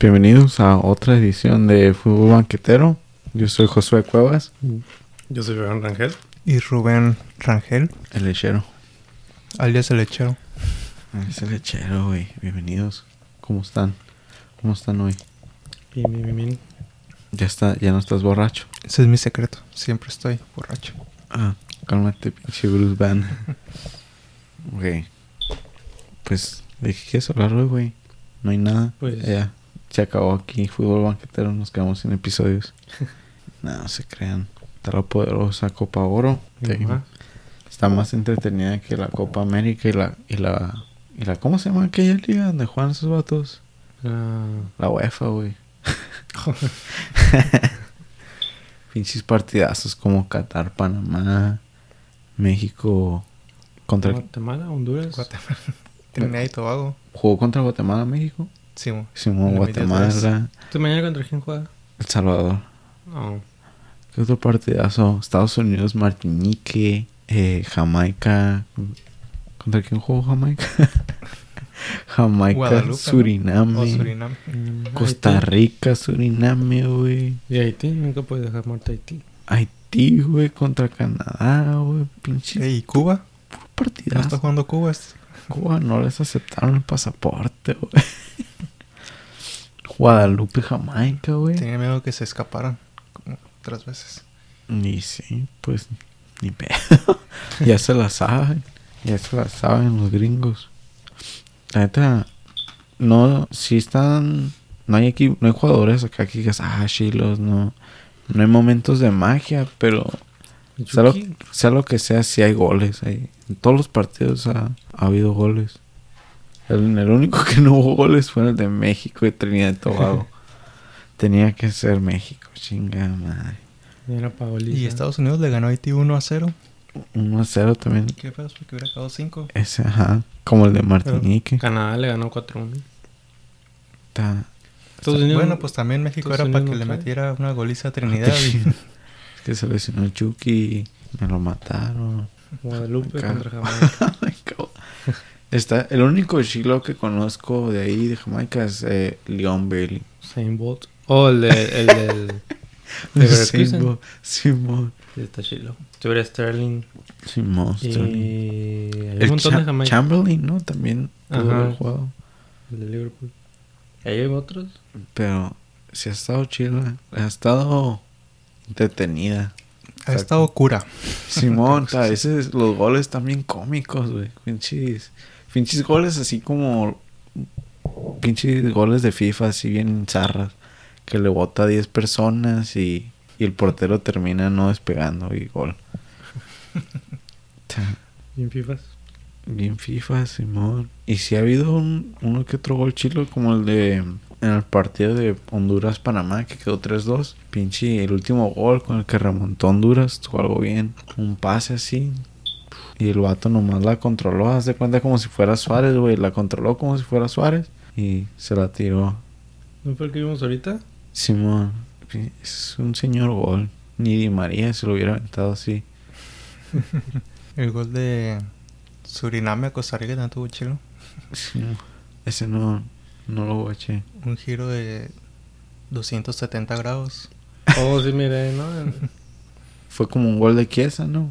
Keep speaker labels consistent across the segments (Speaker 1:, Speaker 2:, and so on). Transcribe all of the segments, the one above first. Speaker 1: Bienvenidos a otra edición de Fútbol Banquetero. Yo soy Josué Cuevas,
Speaker 2: Yo soy Fernando Rangel.
Speaker 3: Y Rubén Rangel,
Speaker 1: el lechero.
Speaker 3: alias el lechero.
Speaker 1: Ah, Es el lechero, güey. Bienvenidos. ¿Cómo están? ¿Cómo están hoy?
Speaker 2: Bien, bien, bien, bien.
Speaker 1: Ya está, ya no estás borracho.
Speaker 3: Ese es mi secreto. Siempre estoy borracho.
Speaker 1: Ah, cálmate, pinche Bruce Band. ok. Pues, ¿de qué quieres hablar hoy, güey? No hay nada.
Speaker 2: Pues-
Speaker 1: Ya, se acabó aquí. Fútbol banquetero, nos quedamos sin episodios. no, no se crean. Está la poderosa Copa Oro. Te-
Speaker 2: Ajá.
Speaker 1: Está más entretenida que la Copa América y la... Y la, y la ¿Cómo se llama aquella liga donde juegan esos vatos?
Speaker 2: Ah,
Speaker 1: La UEFA, güey. Pinches partidazos como Qatar, Panamá, México contra
Speaker 2: Guatemala, Honduras.
Speaker 3: Guatemala. Trinidad y Tobago.
Speaker 1: jugó contra Guatemala, México,
Speaker 3: Sí, mo.
Speaker 1: Simón
Speaker 3: Lo metió otra vez.
Speaker 1: Guatemala,
Speaker 2: ¿Tú mañana contra quién juega?
Speaker 1: El Salvador.
Speaker 2: No.
Speaker 1: ¿Qué otro partidazo? Estados Unidos, Martinique, eh, Jamaica. ¿Contra quién jugó Jamaica? Jamaica,
Speaker 3: Guadalupe, ¿no?
Speaker 1: Suriname,
Speaker 3: O Surinam.
Speaker 1: Costa Rica, Suriname, güey.
Speaker 2: Mm, Y Haití, nunca puedes dejar muerto a Haití.
Speaker 1: Haití, güey, contra Canadá, güey. Pinche
Speaker 3: Ey, ¿y Cuba? ¿No está
Speaker 1: partidazo.
Speaker 3: jugando Cuba? este? Es-
Speaker 1: Cuba no les aceptaron el pasaporte, güey. Guadalupe, Jamaica, güey.
Speaker 3: Tenía miedo que se escaparan. Como otras veces.
Speaker 1: Y sí, pues ni pedo. ya se la saben. Ya se la saben los gringos. La neta, no, si están. No hay aquí, no hay jugadores acá que digas, ah, chilos, no. No hay momentos de magia, pero sea lo,
Speaker 2: Chucky,
Speaker 1: pues, sea lo que sea, sí hay goles. Hay, en todos los partidos ha, ha habido goles. El, el único que no hubo goles fue el de México y Trinidad y Tobago. Tenía que ser México, chinga madre.
Speaker 2: Diana Paolita.
Speaker 3: Y Estados Unidos le ganó a Haití 1 a 0.
Speaker 1: 1 a 0 también.
Speaker 3: ¿Qué pedo? Porque hubiera quedado 5.
Speaker 1: Ese, ajá. Como el de Martinique.
Speaker 2: Canadá le ganó 4-1.
Speaker 1: Está-
Speaker 2: Estados Unidos.
Speaker 3: Bueno, pues también México
Speaker 2: Estados
Speaker 3: era para
Speaker 2: Unidos
Speaker 3: que le
Speaker 2: no Ah, trae.
Speaker 3: metiera una goliza a Trinidad.
Speaker 1: Es que se lesionó el Chucky. Me lo mataron.
Speaker 2: Guadalupe
Speaker 1: Acá.
Speaker 2: contra Jamaica.
Speaker 1: Ay, cabrón. Está, el único chilo que conozco de ahí, de Jamaica, es eh, Leon Bailey.
Speaker 2: Saint Bolt. Oh, el de- el del. Leverkusen.
Speaker 1: Simón, Simón,
Speaker 2: Sí, Está chilo. Stuart Sterling.
Speaker 1: Simón.
Speaker 2: Y.
Speaker 1: Sterling.
Speaker 2: Hay un
Speaker 1: El
Speaker 2: montón de
Speaker 1: Cha-
Speaker 2: Jamaica.
Speaker 1: Chamberlain, ¿no? También pudo
Speaker 2: Ajá.
Speaker 1: haber jugado.
Speaker 2: El de Liverpool. Ahí hay otros.
Speaker 1: Pero si ha estado chila, ha estado detenida.
Speaker 3: ha estado cura.
Speaker 1: Simón, a veces los goles están bien cómicos, güey. Pinches, pinches goles así como. Pinches goles de FIFA, así bien zarras. Que le bota a 10 personas y, y el portero termina no despegando y gol. Ta-
Speaker 2: Y en FIFAs.
Speaker 1: Bien FIFA, Simón. Y si ha habido un- uno que otro gol chilo, como el de en el partido de Honduras-Panamá, que quedó 3-2. Pinche, el último gol con el que remontó Honduras, estuvo algo bien. Un pase así. Y el vato nomás la controló, haz de cuenta como si fuera Suárez, güey. La controló como si fuera Suárez. Y se la tiró.
Speaker 2: ¿No fue el que vimos ahorita?
Speaker 1: Simón, es un señor gol. Ni Di María se lo hubiera aventado así.
Speaker 3: El gol de Suriname a Costa Rica también tuvo chilo.
Speaker 1: Simón, Ese no, no lo guaché.
Speaker 3: Un giro de 270 grados.
Speaker 2: Oh, sí, mire, ¿no?
Speaker 1: Fue como un gol de Chiesa, ¿no?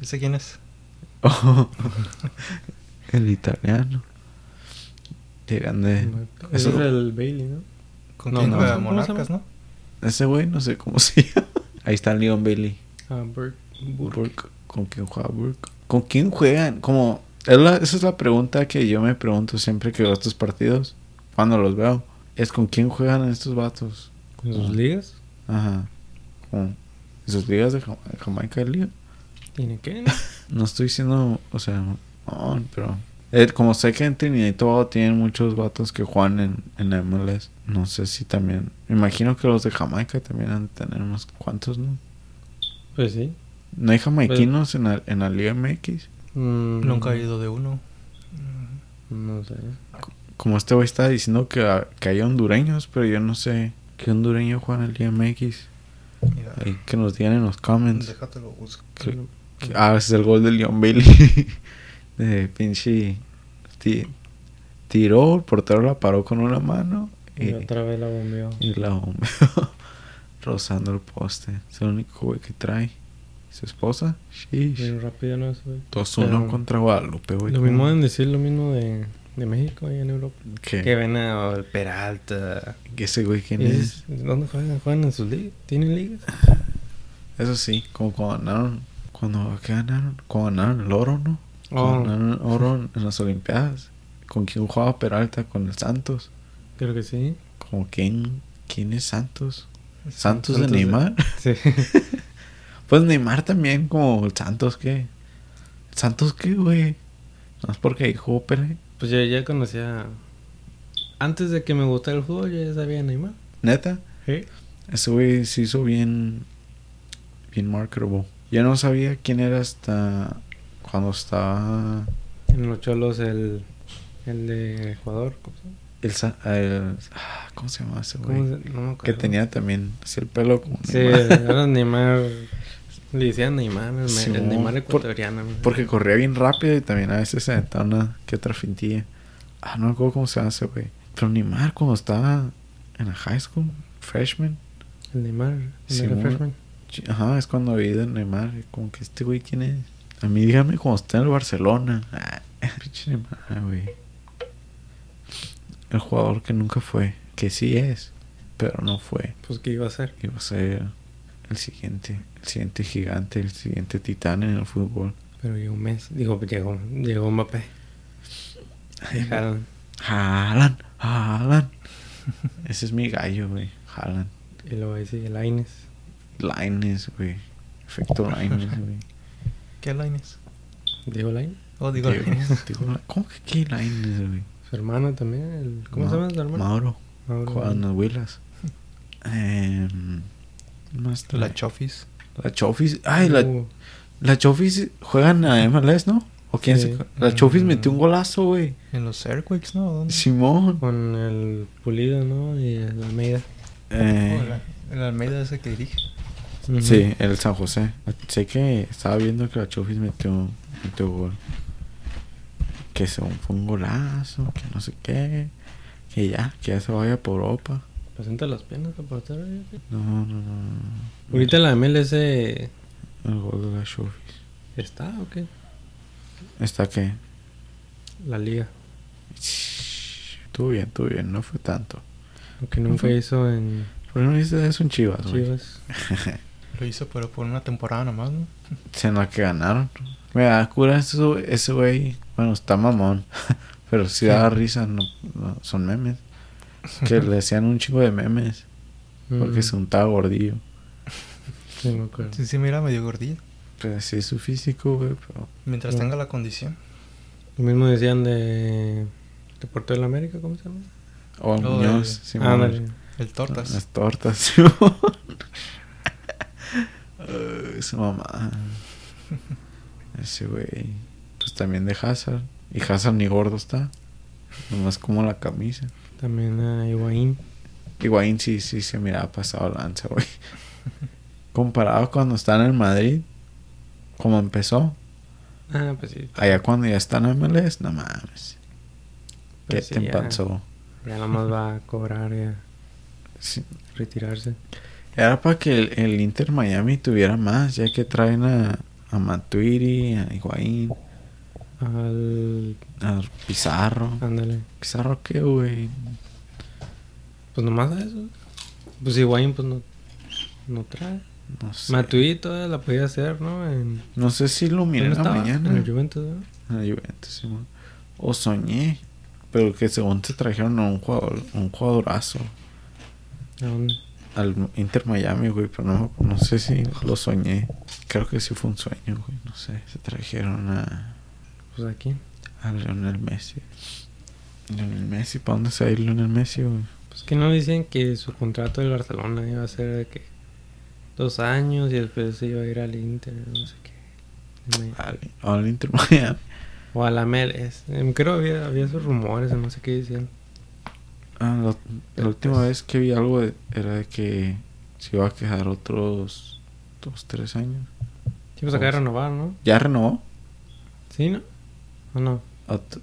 Speaker 3: ¿Ese quién es?
Speaker 1: Oh, el italiano. Llegan de...
Speaker 2: Eso
Speaker 1: Eso-
Speaker 4: Eh,
Speaker 2: es el Bailey, ¿no?
Speaker 3: ¿Con
Speaker 2: No,
Speaker 3: quién
Speaker 1: no.
Speaker 3: juega?
Speaker 2: ¿Cómo se
Speaker 3: Monarcas, ¿no?
Speaker 1: Ese güey no sé cómo se llama. Ahí está Leon Bailey.
Speaker 2: Ah, Burke.
Speaker 1: Burke. ¿Con quién juega Burke? ¿Con quién juegan? Como... es la- esa es la pregunta que yo me pregunto siempre que veo estos partidos. Cuando los veo. Es con quién juegan estos vatos.
Speaker 2: ¿En sus ligas?
Speaker 1: Ajá. Con sus ligas de Jama- Jamaica Liga.
Speaker 2: ¿Tiene qué? no?
Speaker 1: No estoy diciendo... O sea... No, pero... eh, como sé que en Trinidad y Tobago tienen muchos vatos que juegan en, en la MLS, no sé si también. Me imagino que los de Jamaica también han de tener unos cuantos, ¿no?
Speaker 2: Pues sí.
Speaker 1: ¿No hay jamaiquinos en, la, en la Liga MX?
Speaker 2: Mm,
Speaker 3: Nunca he ido de uno. Mm,
Speaker 2: No sé.
Speaker 1: ah, Como este güey estaba diciendo que, que hay hondureños, pero yo no sé que hondureño juega en el IMX.
Speaker 3: Mira,
Speaker 1: Ahí que nos digan en los comments.
Speaker 3: déjate lo busco.
Speaker 1: Que- que- ah, ese es el gol de Leon Bailey. de pinche. ti- tiró, el portero la paró con una mano.
Speaker 4: Y
Speaker 1: Y,
Speaker 4: otra vez la bombeó.
Speaker 1: y la bombeó. rozando el poste. Es el único güey que trae. ¿Su esposa? Sheesh.
Speaker 4: Bien rápido no es, güey.
Speaker 1: 2-1
Speaker 4: Pero-
Speaker 1: contra Guadalupe, güey.
Speaker 4: Lo
Speaker 1: ¿Cómo?
Speaker 4: mismo en decir lo mismo de, de México y en Europa.
Speaker 1: ¿Qué?
Speaker 4: Que ven al Peralta.
Speaker 1: ¿Que ese güey quién es?
Speaker 4: Es- ¿Dónde juegan? ¿Juegan en sus ligas? ¿Tienen ligas?
Speaker 1: Eso sí, como cuando ganaron, cuando ¿qué ganaron, cuando ganaron el oro, ¿no?
Speaker 4: Oh.
Speaker 1: Cuando ganaron el oro en las Olimpiadas. ¿Con quién jugaba Peralta? Con el Santos.
Speaker 4: Creo que sí.
Speaker 1: ¿Como quién, quién es Santos?
Speaker 4: Santos
Speaker 1: ¿Santos, de
Speaker 4: de-
Speaker 1: Neymar?
Speaker 4: Sí.
Speaker 1: Pues Neymar también, como el Santos, ¿qué? ¿Santos qué, güey? No es porque ahí jugó Pelé.
Speaker 4: Pues yo ya conocía. Antes de que me gustara el fútbol, yo ya sabía Neymar.
Speaker 1: Neta,
Speaker 4: Sí.
Speaker 1: ese güey se hizo bien, bien marketable. Ya no sabía quién era hasta cuando estaba
Speaker 4: En los Cholos, el, el de Ecuador. ¿cómo se llama?
Speaker 1: el, Sa- el- ah, ¿Cómo se llama ese güey?
Speaker 4: ¿Cómo se- No me
Speaker 1: Que
Speaker 4: acuerdo.
Speaker 1: tenía también así el pelo como
Speaker 4: Sí,
Speaker 1: Neymar.
Speaker 4: era Neymar. Le decían Neymar, el, me-
Speaker 1: Sí,
Speaker 4: el
Speaker 1: mo.
Speaker 4: Neymar
Speaker 1: Por-
Speaker 4: ecuatoriano. ¿no?
Speaker 1: Porque corría bien rápido y también a veces se aventaba una que otra fintilla. Ah, no me acuerdo cómo se hace, güey. Pero Neymar cuando estaba en la high school, freshman.
Speaker 4: El Neymar, el
Speaker 1: Sí,
Speaker 4: era
Speaker 1: mo.
Speaker 4: freshman.
Speaker 1: chi- Ajá, es cuando vi de Neymar. y Como que este güey quién es. A mí dígame cuando está en el Barcelona. Ah, pinche Neymar, güey. El jugador que nunca fue. Que sí es, pero no fue.
Speaker 4: Pues, ¿qué iba a hacer?
Speaker 1: iba a ser el siguiente, el siguiente gigante, el siguiente titán en el fútbol.
Speaker 4: Pero llegó Messi. Digo, llegó, llegó Mbappé. Dejaron.
Speaker 1: Jalan, Jalan. Ese es mi gallo, güey. Jalan.
Speaker 4: Y luego ahí sigue el Aines.
Speaker 1: Lines, güey. Efecto Lines, güey.
Speaker 3: ¿Qué line es?
Speaker 4: Diego Lainez.
Speaker 3: Oh, digo,
Speaker 1: Digo,
Speaker 3: line.
Speaker 1: digo, la- ¿Cómo que qué Lines, güey?
Speaker 4: Su hermana también. el- ¿Cómo se
Speaker 1: Ma-
Speaker 4: llama su hermana?
Speaker 1: Mauro.
Speaker 4: Mauro.
Speaker 1: Juan Huilas. Eh, más
Speaker 3: La
Speaker 1: trae?
Speaker 3: Chofis.
Speaker 1: la Chofis. Ay, la,
Speaker 4: Uh,
Speaker 1: la Chofis juegan a MLS, ¿no? ¿O quién
Speaker 4: Sí.
Speaker 1: se- La Chofis
Speaker 3: Mm.
Speaker 1: metió un golazo, güey.
Speaker 3: En los Airquakes, ¿no?
Speaker 4: Mm.
Speaker 3: ¿Dónde?
Speaker 1: Simón.
Speaker 4: Con el Pulido, ¿no? Y el Almeida.
Speaker 1: Eh,
Speaker 3: Oh, la- el Almeida ese que dirige.
Speaker 4: Ujú.
Speaker 1: Sí, el San José. Sé que estaba viendo que la Chofis metió, metió gol. Que según fue un golazo, que no sé qué. Que ya, que ya se vaya por Europa.
Speaker 4: Presenta las penas el portero. yo creo.
Speaker 1: No, no, no, no.
Speaker 4: Ahorita la MLS
Speaker 1: El gol de la Chofis.
Speaker 4: está o qué?
Speaker 1: ¿Está qué?
Speaker 4: La liga.
Speaker 1: Estuvo bien, estuvo bien, no fue tanto.
Speaker 4: Aunque nunca
Speaker 1: Ujú.
Speaker 4: hizo en
Speaker 1: ¿Por qué no dices eso en Chivas, güey?
Speaker 4: Chivas.
Speaker 3: Lo hizo, pero por una temporada nomás, ¿no?
Speaker 1: Se en la que ganaron. Me da cura eso- ese güey. Bueno, está mamón. Pero sí da risa. No, no- son memes. Que le hacían un chingo de memes. Porque
Speaker 4: Mm,
Speaker 1: se untaba gordillo.
Speaker 4: Sí, me acuerdo.
Speaker 3: Sí, sí, mira, medio gordillo.
Speaker 1: Pues sí, es su físico, güey. Pero
Speaker 3: Mientras
Speaker 4: No.
Speaker 3: tenga la condición.
Speaker 4: Lo mismo decían de. ¿De Portero de la América? ¿Cómo se llama? Oh,
Speaker 1: O
Speaker 3: No,
Speaker 1: Muñoz.
Speaker 3: el-
Speaker 1: sí,
Speaker 4: ah,
Speaker 1: Muñoz.
Speaker 4: dale.
Speaker 3: El Tortas.
Speaker 1: Las tortas, Simón. Ay, Su mamá. Ese güey. Pues también de Hazard. Y Hazard ni gordo está. Nomás como la camisa.
Speaker 4: También a Higuaín.
Speaker 1: Higuaín sí, sí se miraba pasado lanza, güey. Comparado cuando están en Madrid, como empezó,
Speaker 4: Ah, pues sí.
Speaker 1: allá cuando ya están en MLS, no mames. ¿Qué
Speaker 4: Pues sí,
Speaker 1: te
Speaker 4: ya.
Speaker 1: pasó?
Speaker 4: Ya nada más va a cobrar y a
Speaker 1: Sí.
Speaker 4: retirarse.
Speaker 1: Era para que el, el Inter Miami tuviera más, ya que traen a, a Matuidi, a Higuaín,
Speaker 4: Al.
Speaker 1: a Pizarro.
Speaker 4: Ándale.
Speaker 1: ¿Pizarro qué, güey?
Speaker 4: Pues nomás a eso. Pues Higuaín, pues no. No trae.
Speaker 1: No sé.
Speaker 4: Matuidi todavía la podía hacer, ¿no? En,
Speaker 1: No sé si lo miré en
Speaker 4: ¿dónde
Speaker 1: la
Speaker 4: estaba? En
Speaker 1: mañana.
Speaker 4: el Juventus, ¿no?
Speaker 1: En la Juventus, Simón. O soñé. Pero que según te trajeron a un jugador, un jugadorazo.
Speaker 4: ¿A dónde?
Speaker 1: Al Inter Miami, güey, pero no, no sé si lo soñé. Creo que sí fue un sueño, güey. No sé. Se trajeron a,
Speaker 4: Pues a quién.
Speaker 1: a Lionel Messi. Lionel Messi, ¿para dónde se va a ir Lionel Messi, güey?
Speaker 4: Pues que no dicen que su contrato del Barcelona iba a ser de que dos años y después se iba a ir al Inter, no sé qué. Me-
Speaker 1: Al, al Inter Miami.
Speaker 4: O a la MLS. Em, Creo había, había esos rumores, no sé qué decían.
Speaker 1: Ah, la, la última vez que vi algo de- era de que se iba a quedar otros dos, tres años.
Speaker 4: Sí, pues acaba de renovar, ¿no?
Speaker 1: Ya renovó.
Speaker 4: ¿Sí, no? ¿O no?
Speaker 1: Ot-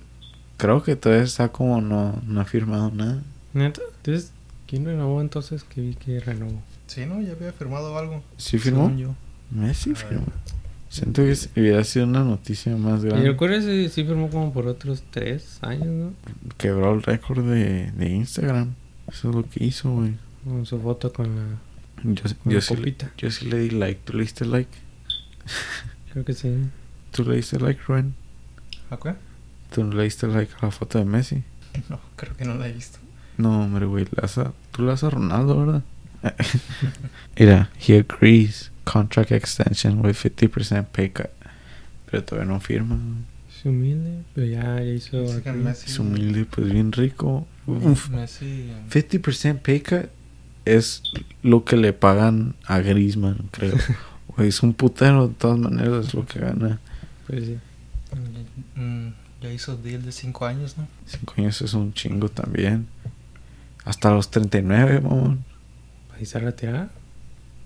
Speaker 1: Creo que todavía está como no, no ha firmado nada.
Speaker 4: ¿Neta? Entonces, ¿quién renovó entonces que vi que renovó?
Speaker 3: Sí, no, ya había firmado algo.
Speaker 1: ¿Sí firmó?
Speaker 3: según yo.
Speaker 1: Messi
Speaker 3: Ah.
Speaker 1: firmó. Siento que hubiera sido una noticia más
Speaker 4: Y
Speaker 1: grande.
Speaker 4: recuerdo ese sí firmó como por otros tres años, ¿no?
Speaker 1: Quebró el récord de, de Instagram. Eso es lo que hizo, güey.
Speaker 4: Con su foto con la...
Speaker 1: Yo,
Speaker 4: Con
Speaker 1: yo,
Speaker 4: la
Speaker 1: sí, le-
Speaker 4: copita.
Speaker 1: yo sí le di like. ¿Tú le diste like?
Speaker 4: Creo que sí.
Speaker 1: ¿Tú le diste like, Rubén?
Speaker 3: ¿A qué?
Speaker 1: ¿Tú no le diste like a la foto de Messi?
Speaker 3: No, creo que no la he visto.
Speaker 1: No, hombre, güey. le has a- Tú le has a Ronaldo, ¿verdad? Mira, he agrees. Contract extension with 50% pay cut. Pero todavía no firma, güey.
Speaker 4: Es humilde, pero ya, ya hizo...
Speaker 3: Dice que
Speaker 4: aquí.
Speaker 3: Messi-
Speaker 1: Es humilde, pues bien rico. Uf,
Speaker 3: Messi.
Speaker 1: 50% pay cut es lo que le pagan a Griezmann, creo. Güey, es un putero, de todas maneras, es lo que gana.
Speaker 4: Pues sí.
Speaker 3: mm, Ya hizo deal de 5 años, ¿no?
Speaker 1: Cinco años es un chingo también. Hasta los 39, mamón.
Speaker 4: Ahí se retirada.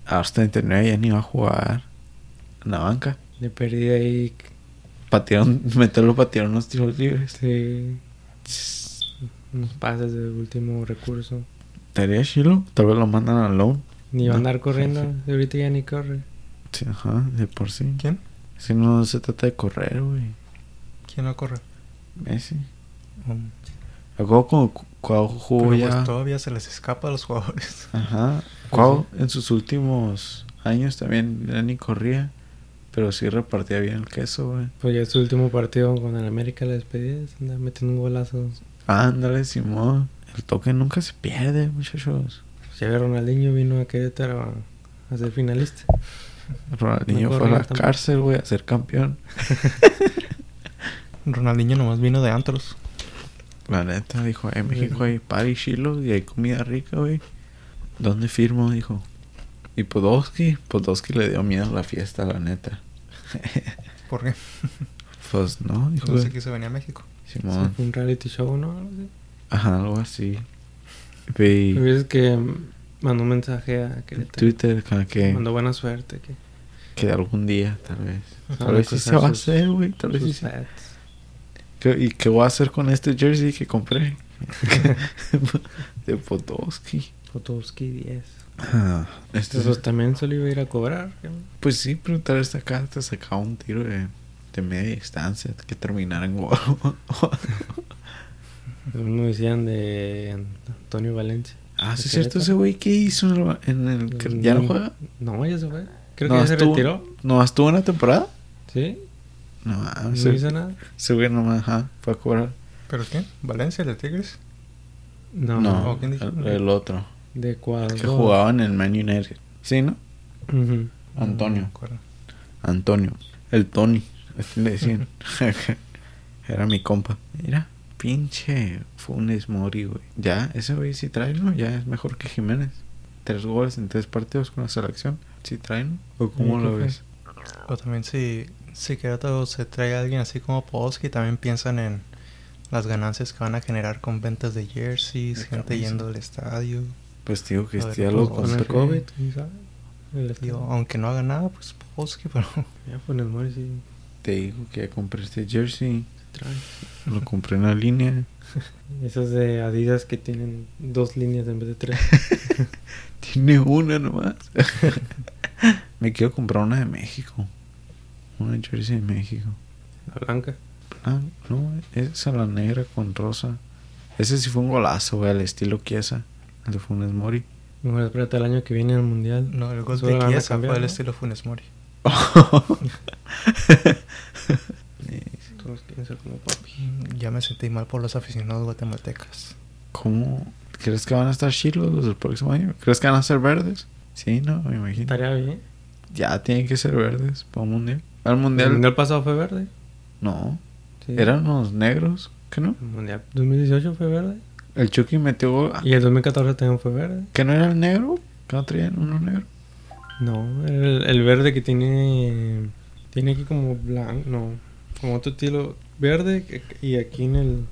Speaker 1: A los 39 ya ni va a jugar. En la banca.
Speaker 4: Le perdí ahí...
Speaker 1: Patearon, meterlo patearon unos tiros libres.
Speaker 4: pues, Este... Unos pases de último recurso.
Speaker 1: Estaría chilo. Tal vez lo mandan a loan.
Speaker 4: Ni va a
Speaker 1: No.
Speaker 4: andar corriendo. Ahorita ya ni corre.
Speaker 1: Sí, ajá, de por sí.
Speaker 3: ¿Quién?
Speaker 1: Si no se trata de correr, güey.
Speaker 3: ¿Quién no corre?
Speaker 1: Messi.
Speaker 3: Mm,
Speaker 1: Luego cuando, cuando jugó
Speaker 3: pero
Speaker 1: ya-
Speaker 3: pues todavía se les escapa a los jugadores.
Speaker 1: Ajá. Cuau en sus últimos años también ya ni corría, pero sí repartía bien el queso, güey.
Speaker 4: Pues ya es su último partido con el América. La despedida. Se anda metiendo un golazo.
Speaker 1: Ándale, Simón. El toque nunca se pierde, muchachos.
Speaker 4: Pues Ya ve, Ronaldinho vino a Querétaro a- a ser finalista.
Speaker 1: Ronaldinho
Speaker 4: No
Speaker 1: fue a la
Speaker 4: corría tampoco.
Speaker 1: cárcel, güey, a ser campeón.
Speaker 3: Ronaldinho nomás vino de antros.
Speaker 1: La neta dijo, en México
Speaker 4: Ujú.
Speaker 1: hay par y chilo y hay comida rica, güey. ¿Dónde firmo? Dijo. Y pues Podolski, Podolski le dio miedo a la fiesta, la neta.
Speaker 3: ¿Por qué?
Speaker 1: Pues no, dijo.
Speaker 3: No sé
Speaker 1: güey.
Speaker 3: qué se venía a México.
Speaker 1: Simón.
Speaker 4: Fue un reality show, ¿no? Algo así.
Speaker 1: Ajá, algo así. Ve-
Speaker 4: Lo que es que mm, mandó un mensaje a
Speaker 1: En
Speaker 4: Querétaro.
Speaker 1: Twitter, ca- que,
Speaker 4: Mandó buena suerte. Que,
Speaker 1: que algún día, tal vez.
Speaker 4: van
Speaker 1: Tal
Speaker 4: a
Speaker 1: vez sí
Speaker 4: cruzar
Speaker 1: se va a
Speaker 4: sus-
Speaker 1: hacer, güey. Tal vez sí.
Speaker 4: sus
Speaker 1: se-
Speaker 4: pads.
Speaker 1: ¿Qué- ¿Y qué voy a hacer con este jersey que compré? De pues Podolski.
Speaker 4: Potowski 10.
Speaker 1: Ah, este
Speaker 4: Entonces pues,
Speaker 1: es-
Speaker 4: también solo iba a ir a cobrar. ¿qué?
Speaker 1: pues sí, pero tal vez acá te sacaba un tiro de, de media distancia que terminara en gol.
Speaker 4: Uno decían de Antonio Valencia.
Speaker 1: ah, sí,
Speaker 4: ¿De
Speaker 1: es cierto,
Speaker 4: Querétaro?
Speaker 1: ese güey, ¿qué hizo en el, en el que- ¿Ya no juega?
Speaker 4: No, ya se fue. Mm, Creo
Speaker 1: No,
Speaker 4: que ya se
Speaker 1: estuvo-
Speaker 4: retiró.
Speaker 1: ¿No estuvo en la temporada?
Speaker 4: ¿Sí?
Speaker 1: No,
Speaker 4: No
Speaker 1: mames,
Speaker 4: hizo
Speaker 1: ese
Speaker 4: nada.
Speaker 1: ese güey nomás, ajá, fue a cobrar.
Speaker 3: ¿Pero qué? ¿Valencia de Tigres?
Speaker 4: No.
Speaker 1: No,
Speaker 3: ¿o quién dijo?
Speaker 1: el, el otro.
Speaker 4: De Ecuador.
Speaker 1: Que jugaba en el Man United. Sí, ¿no?
Speaker 4: Ujú.
Speaker 1: Antonio.
Speaker 3: No me acuerdo.
Speaker 1: Antonio. El Tony. Así le decían. Era mi compa. Mira, pinche Funes Mori, güey. Ya, ese güey sí trae, ¿no? Ya es mejor que Jiménez. Tres goles en tres partidos con la selección. Sí trae, ¿no? ¿O cómo
Speaker 4: Sí,
Speaker 1: lo
Speaker 4: creo que
Speaker 1: ves?
Speaker 3: Pero también si, si Querétaro se trae a alguien así como Podolski, también piensan en las ganancias que van a generar con ventas de jerseys,
Speaker 1: De
Speaker 3: gente
Speaker 1: camisas.
Speaker 3: yendo al estadio.
Speaker 1: Pues digo que
Speaker 3: A ver,
Speaker 1: este ya
Speaker 3: pues,
Speaker 1: lo
Speaker 4: Con
Speaker 1: compré.
Speaker 4: el COVID, ¿quién sabe? El
Speaker 3: Digo,
Speaker 4: estado.
Speaker 3: aunque no haga nada, pues Podolski, pero
Speaker 4: Ya fue en el Mori, sí.
Speaker 1: Te digo que ya compré este jersey.
Speaker 4: Trae.
Speaker 1: Lo compré en la línea.
Speaker 4: Esas de Adidas que tienen dos líneas en vez de tres.
Speaker 1: Tiene una nomás. Me quiero comprar una de México. Una jersey de México.
Speaker 4: La blanca.
Speaker 1: Ah, no, esa la negra con rosa. Ese sí fue un golazo, güey, al estilo Kiesa, el de Funes Mori.
Speaker 4: Mejor espérate el año que viene al mundial.
Speaker 3: no, el gol
Speaker 4: Solo Pues, la
Speaker 3: de
Speaker 4: van a
Speaker 3: Chiesa
Speaker 4: cambiar,
Speaker 3: fue el
Speaker 4: ¿no?
Speaker 3: estilo Funes Mori.
Speaker 4: Todos quieren ser como papi.
Speaker 3: Ya me sentí mal por los aficionados guatemaltecas.
Speaker 1: ¿Cómo? ¿Crees que van a estar chilos los del próximo año? ¿Crees que van a ser verdes? Sí, no, me imagino.
Speaker 4: Estaría bien.
Speaker 1: Ya tienen que ser verdes para un mundial. Al
Speaker 4: El
Speaker 1: mundial,
Speaker 4: mundial pasado fue verde.
Speaker 1: no.
Speaker 4: Sí.
Speaker 1: Eran los negros, ¿qué no?
Speaker 4: El mundial 2018 fue verde.
Speaker 1: El Chucky metió gol.
Speaker 4: Y el 2014 también fue verde.
Speaker 1: ¿Que no era el negro? ¿Que no traían uno negro?
Speaker 4: No, el, el verde que tiene. Tiene aquí como blanco. No, como otro estilo verde. que- Y aquí en el.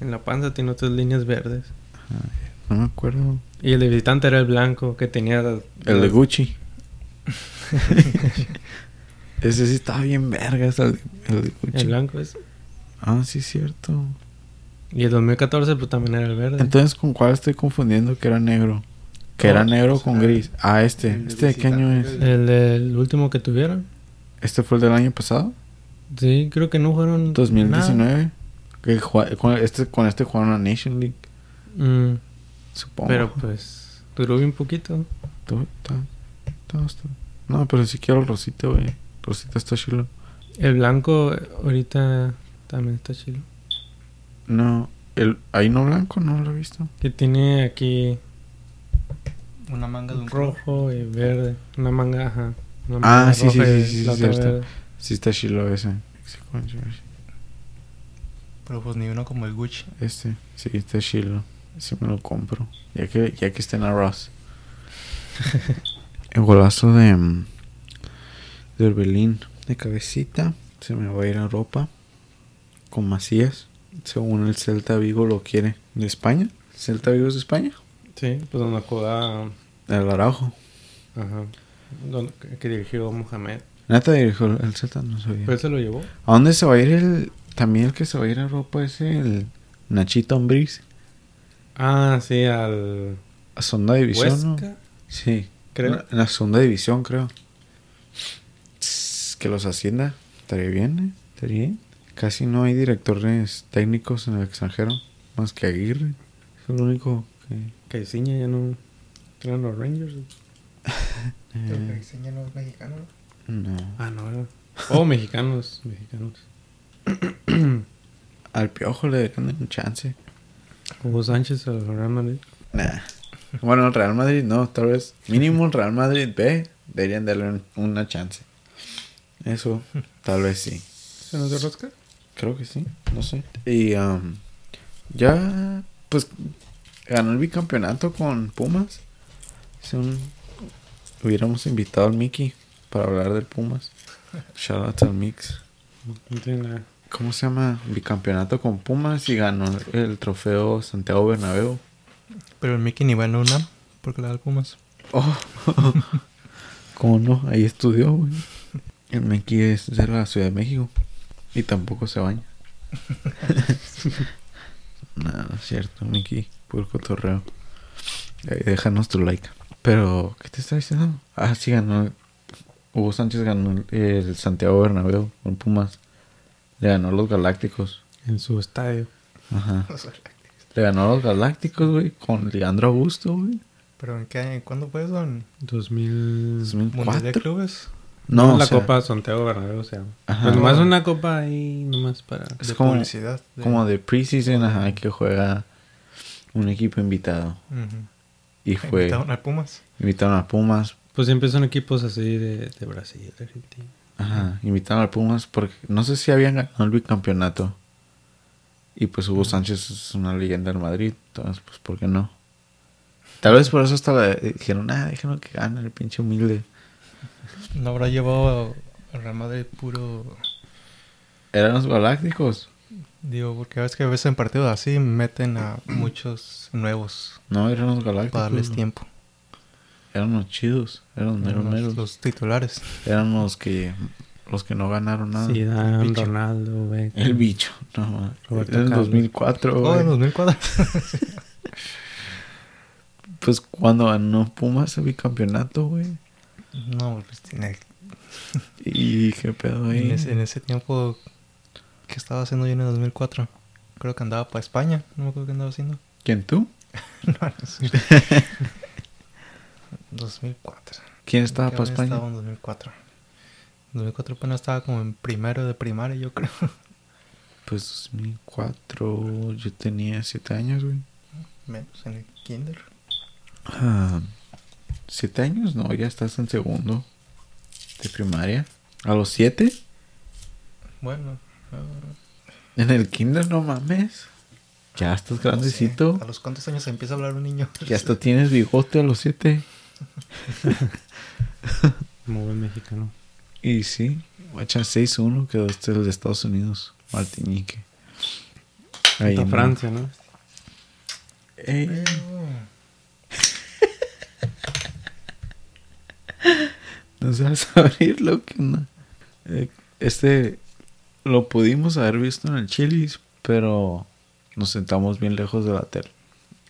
Speaker 4: En la panza tiene otras líneas verdes.
Speaker 1: Ah, No me acuerdo.
Speaker 4: Y el de visitante era el blanco que tenía.
Speaker 1: El de Gucci. Ese sí estaba bien verga. hasta El, el de Gucci.
Speaker 4: El blanco es.
Speaker 1: Ah, sí, es cierto.
Speaker 4: Y el 2014 pues también era el verde.
Speaker 1: Entonces, ¿con cuál estoy confundiendo que era negro? Que era
Speaker 4: Oh,
Speaker 1: negro con
Speaker 5: ah,
Speaker 1: gris. Ah, este.
Speaker 5: el de
Speaker 1: ¿Este de qué año
Speaker 5: visitante.
Speaker 1: es?
Speaker 4: el, el último que tuvieron.
Speaker 1: ¿Este fue el del año pasado?
Speaker 4: Sí, creo que no fueron.
Speaker 1: 2019. Que jua- con, este, con este jugaron la Nation League,
Speaker 4: Mm,
Speaker 1: supongo.
Speaker 4: pero pues duró bien poquito.
Speaker 1: Tu- ta- ta- ta- No, pero si quiero el Rosita, güey. Rosita está chulo.
Speaker 4: El blanco eh, ahorita también está chido.
Speaker 1: No, el ahí no blanco no lo he visto.
Speaker 4: Que tiene aquí
Speaker 3: Una manga de un rojo.
Speaker 4: rojo y verde. Una manga, ajá. Una
Speaker 1: Ah,
Speaker 4: manga
Speaker 1: sí, sí,
Speaker 4: roja
Speaker 1: sí,
Speaker 4: y
Speaker 1: sí, sí,
Speaker 4: la
Speaker 1: sí,
Speaker 4: otra
Speaker 1: cierto.
Speaker 4: verde.
Speaker 1: Sí está chilo ese.
Speaker 3: Pero pues ni uno como el Gucci.
Speaker 1: Este, sí está chilo. Sí me lo compro. Ya que, ya que está en la Ross. el golazo de mm, del Belín de cabecita. Se me va a ir a Europa con Macías. Según el Celta Vigo lo quiere. ¿De España? ¿Celta Vigo es de España?
Speaker 4: Sí, pues donde jugaba.
Speaker 1: El Araujo.
Speaker 4: Ajá. Donde, que- que dirigió Mohamed.
Speaker 1: Nata dirigió el el Celta, no sabía.
Speaker 4: Pero él se lo llevó.
Speaker 1: ¿A dónde se va a ir el... También el que se va a ir a Europa es el Nachito Ambriz.
Speaker 4: Ah, sí, al.
Speaker 1: A segunda división, ¿no?
Speaker 4: Huesca,
Speaker 1: Sí.
Speaker 4: creo.
Speaker 1: En la segunda división, creo. Tss, Que los hacienda. Estaría bien, ¿eh? Estaría bien. Casi no hay directores técnicos en el extranjero. Más que Aguirre. Es el único que...
Speaker 4: Que Ciña ya no. Eran los Rangers.
Speaker 3: Pero que
Speaker 1: eh,
Speaker 3: diseñan los mexicanos.
Speaker 1: no.
Speaker 4: Ah, no, era. Oh, mexicanos. Mexicanos.
Speaker 1: Al Piojo le dejan un chance.
Speaker 4: Hugo Sánchez al Real Madrid.
Speaker 1: Nah. Bueno, el Real Madrid no, tal vez. Mínimo el Real Madrid B. Deberían darle un- una chance. Eso, tal vez sí.
Speaker 4: ¿Se nos dio rosca?
Speaker 1: Creo que sí, no sé. Y am, ya, pues, ganó el bicampeonato con Pumas. Es un- Hubiéramos invitado al Mickey para hablar del Pumas. Shout out al Mix.
Speaker 4: No tiene nada.
Speaker 1: ¿Cómo se llama? Bicampeonato con Pumas y ganó el trofeo Santiago Bernabéu.
Speaker 3: Pero el Mickey ni va en la UNAM porque le da el Pumas.
Speaker 1: Oh. ¿Cómo no? Ahí estudió, güey. El Menqui es de la Ciudad de México. Y tampoco se baña. Nada, no es cierto, Menqui. Puro cotorreo. Ahí, déjanos tu like. Pero, ¿qué te está diciendo? Ah, sí, ganó. Hugo Sánchez ganó el, el Santiago Bernabéu con Pumas. Le ganó a los Galácticos.
Speaker 4: En su estadio.
Speaker 1: Ajá. Le ganó a los Galácticos, güey. Con Leandro Augusto, güey.
Speaker 3: Pero en qué, ¿cuándo fue eso? ¿En
Speaker 4: 2000.
Speaker 3: Mundial de
Speaker 1: 2004.
Speaker 3: Clubes?
Speaker 1: No,
Speaker 4: la
Speaker 1: o sea,
Speaker 4: Copa Santiago Bernabéu se llama.
Speaker 1: Ajá.
Speaker 4: Pues nomás una copa ahí, nomás para.
Speaker 1: Es
Speaker 3: de
Speaker 1: como-
Speaker 3: publicidad. de-
Speaker 1: Como de preseason, ajá, que juega un equipo invitado.
Speaker 3: Ujú.
Speaker 1: Y fue.
Speaker 3: Invitaron al Pumas.
Speaker 1: Invitaron a Pumas.
Speaker 4: Pues siempre son equipos así de, de Brasil, de Argentina.
Speaker 1: Ajá, invitaron a Pumas porque no sé si habían ganado el bicampeonato. Y pues Hugo Sánchez es una leyenda en Madrid. Entonces, pues, ¿por qué no? Tal vez por eso hasta le dijeron, ah, déjenlo que gane el pinche humilde.
Speaker 3: No habrá llevado al Real Madrid puro.
Speaker 1: Eran los galácticos.
Speaker 3: Digo, porque a veces que a veces en partidos así meten a muchos nuevos
Speaker 1: No, eran los galácticos.
Speaker 3: para darles tiempo.
Speaker 1: Eran los chidos. Eran los meros
Speaker 3: Los-
Speaker 1: meros.
Speaker 3: Los titulares.
Speaker 1: Eran los que, los que no ganaron nada.
Speaker 4: Zidane,
Speaker 3: bicho.
Speaker 4: Ronaldo, Beckham.
Speaker 1: Ah. El bicho, no mames.
Speaker 4: Roberto
Speaker 1: Era en
Speaker 4: Carlos.
Speaker 1: 2004,
Speaker 3: Oh,
Speaker 1: güey.
Speaker 3: en 2004.
Speaker 1: Pues cuando ganó Pumas el bicampeonato, güey.
Speaker 3: no, pues tiene-
Speaker 1: Y qué pedo
Speaker 3: en,
Speaker 1: ahí.
Speaker 3: ese, en ese tiempo que estaba haciendo yo en el 2004. Creo que andaba para España. No me acuerdo qué andaba haciendo.
Speaker 1: ¿Quién tú?
Speaker 3: no, no sé. 2004.
Speaker 1: ¿Quién estaba
Speaker 3: ¿Qué
Speaker 1: para
Speaker 3: habré
Speaker 1: España?
Speaker 3: estado en 2004. En 2004 apenas estaba como en primero de primaria, yo creo.
Speaker 1: Pues 2004, yo tenía 7 años, güey.
Speaker 3: Menos en el kinder.
Speaker 1: Ah, ¿Siete años? No, ya estás en segundo de primaria. ¿A los 7?
Speaker 3: Bueno. ah,
Speaker 1: ¿En el kinder? No mames. Ya estás grandecito.
Speaker 3: ¿A los cuántos años empieza a hablar un niño?
Speaker 1: Ya hasta tienes bigote a los 7.
Speaker 4: Como buen mexicano.
Speaker 1: Y sí, guacha 6-1 quedó este el de Estados Unidos, Martinique. Ahí
Speaker 4: Hasta
Speaker 1: en-
Speaker 4: Francia, ¿no?
Speaker 1: Ey. No sabes abrirlo, que no. Eh, Este lo pudimos haber visto en el Chili's, pero nos sentamos bien lejos de la tele.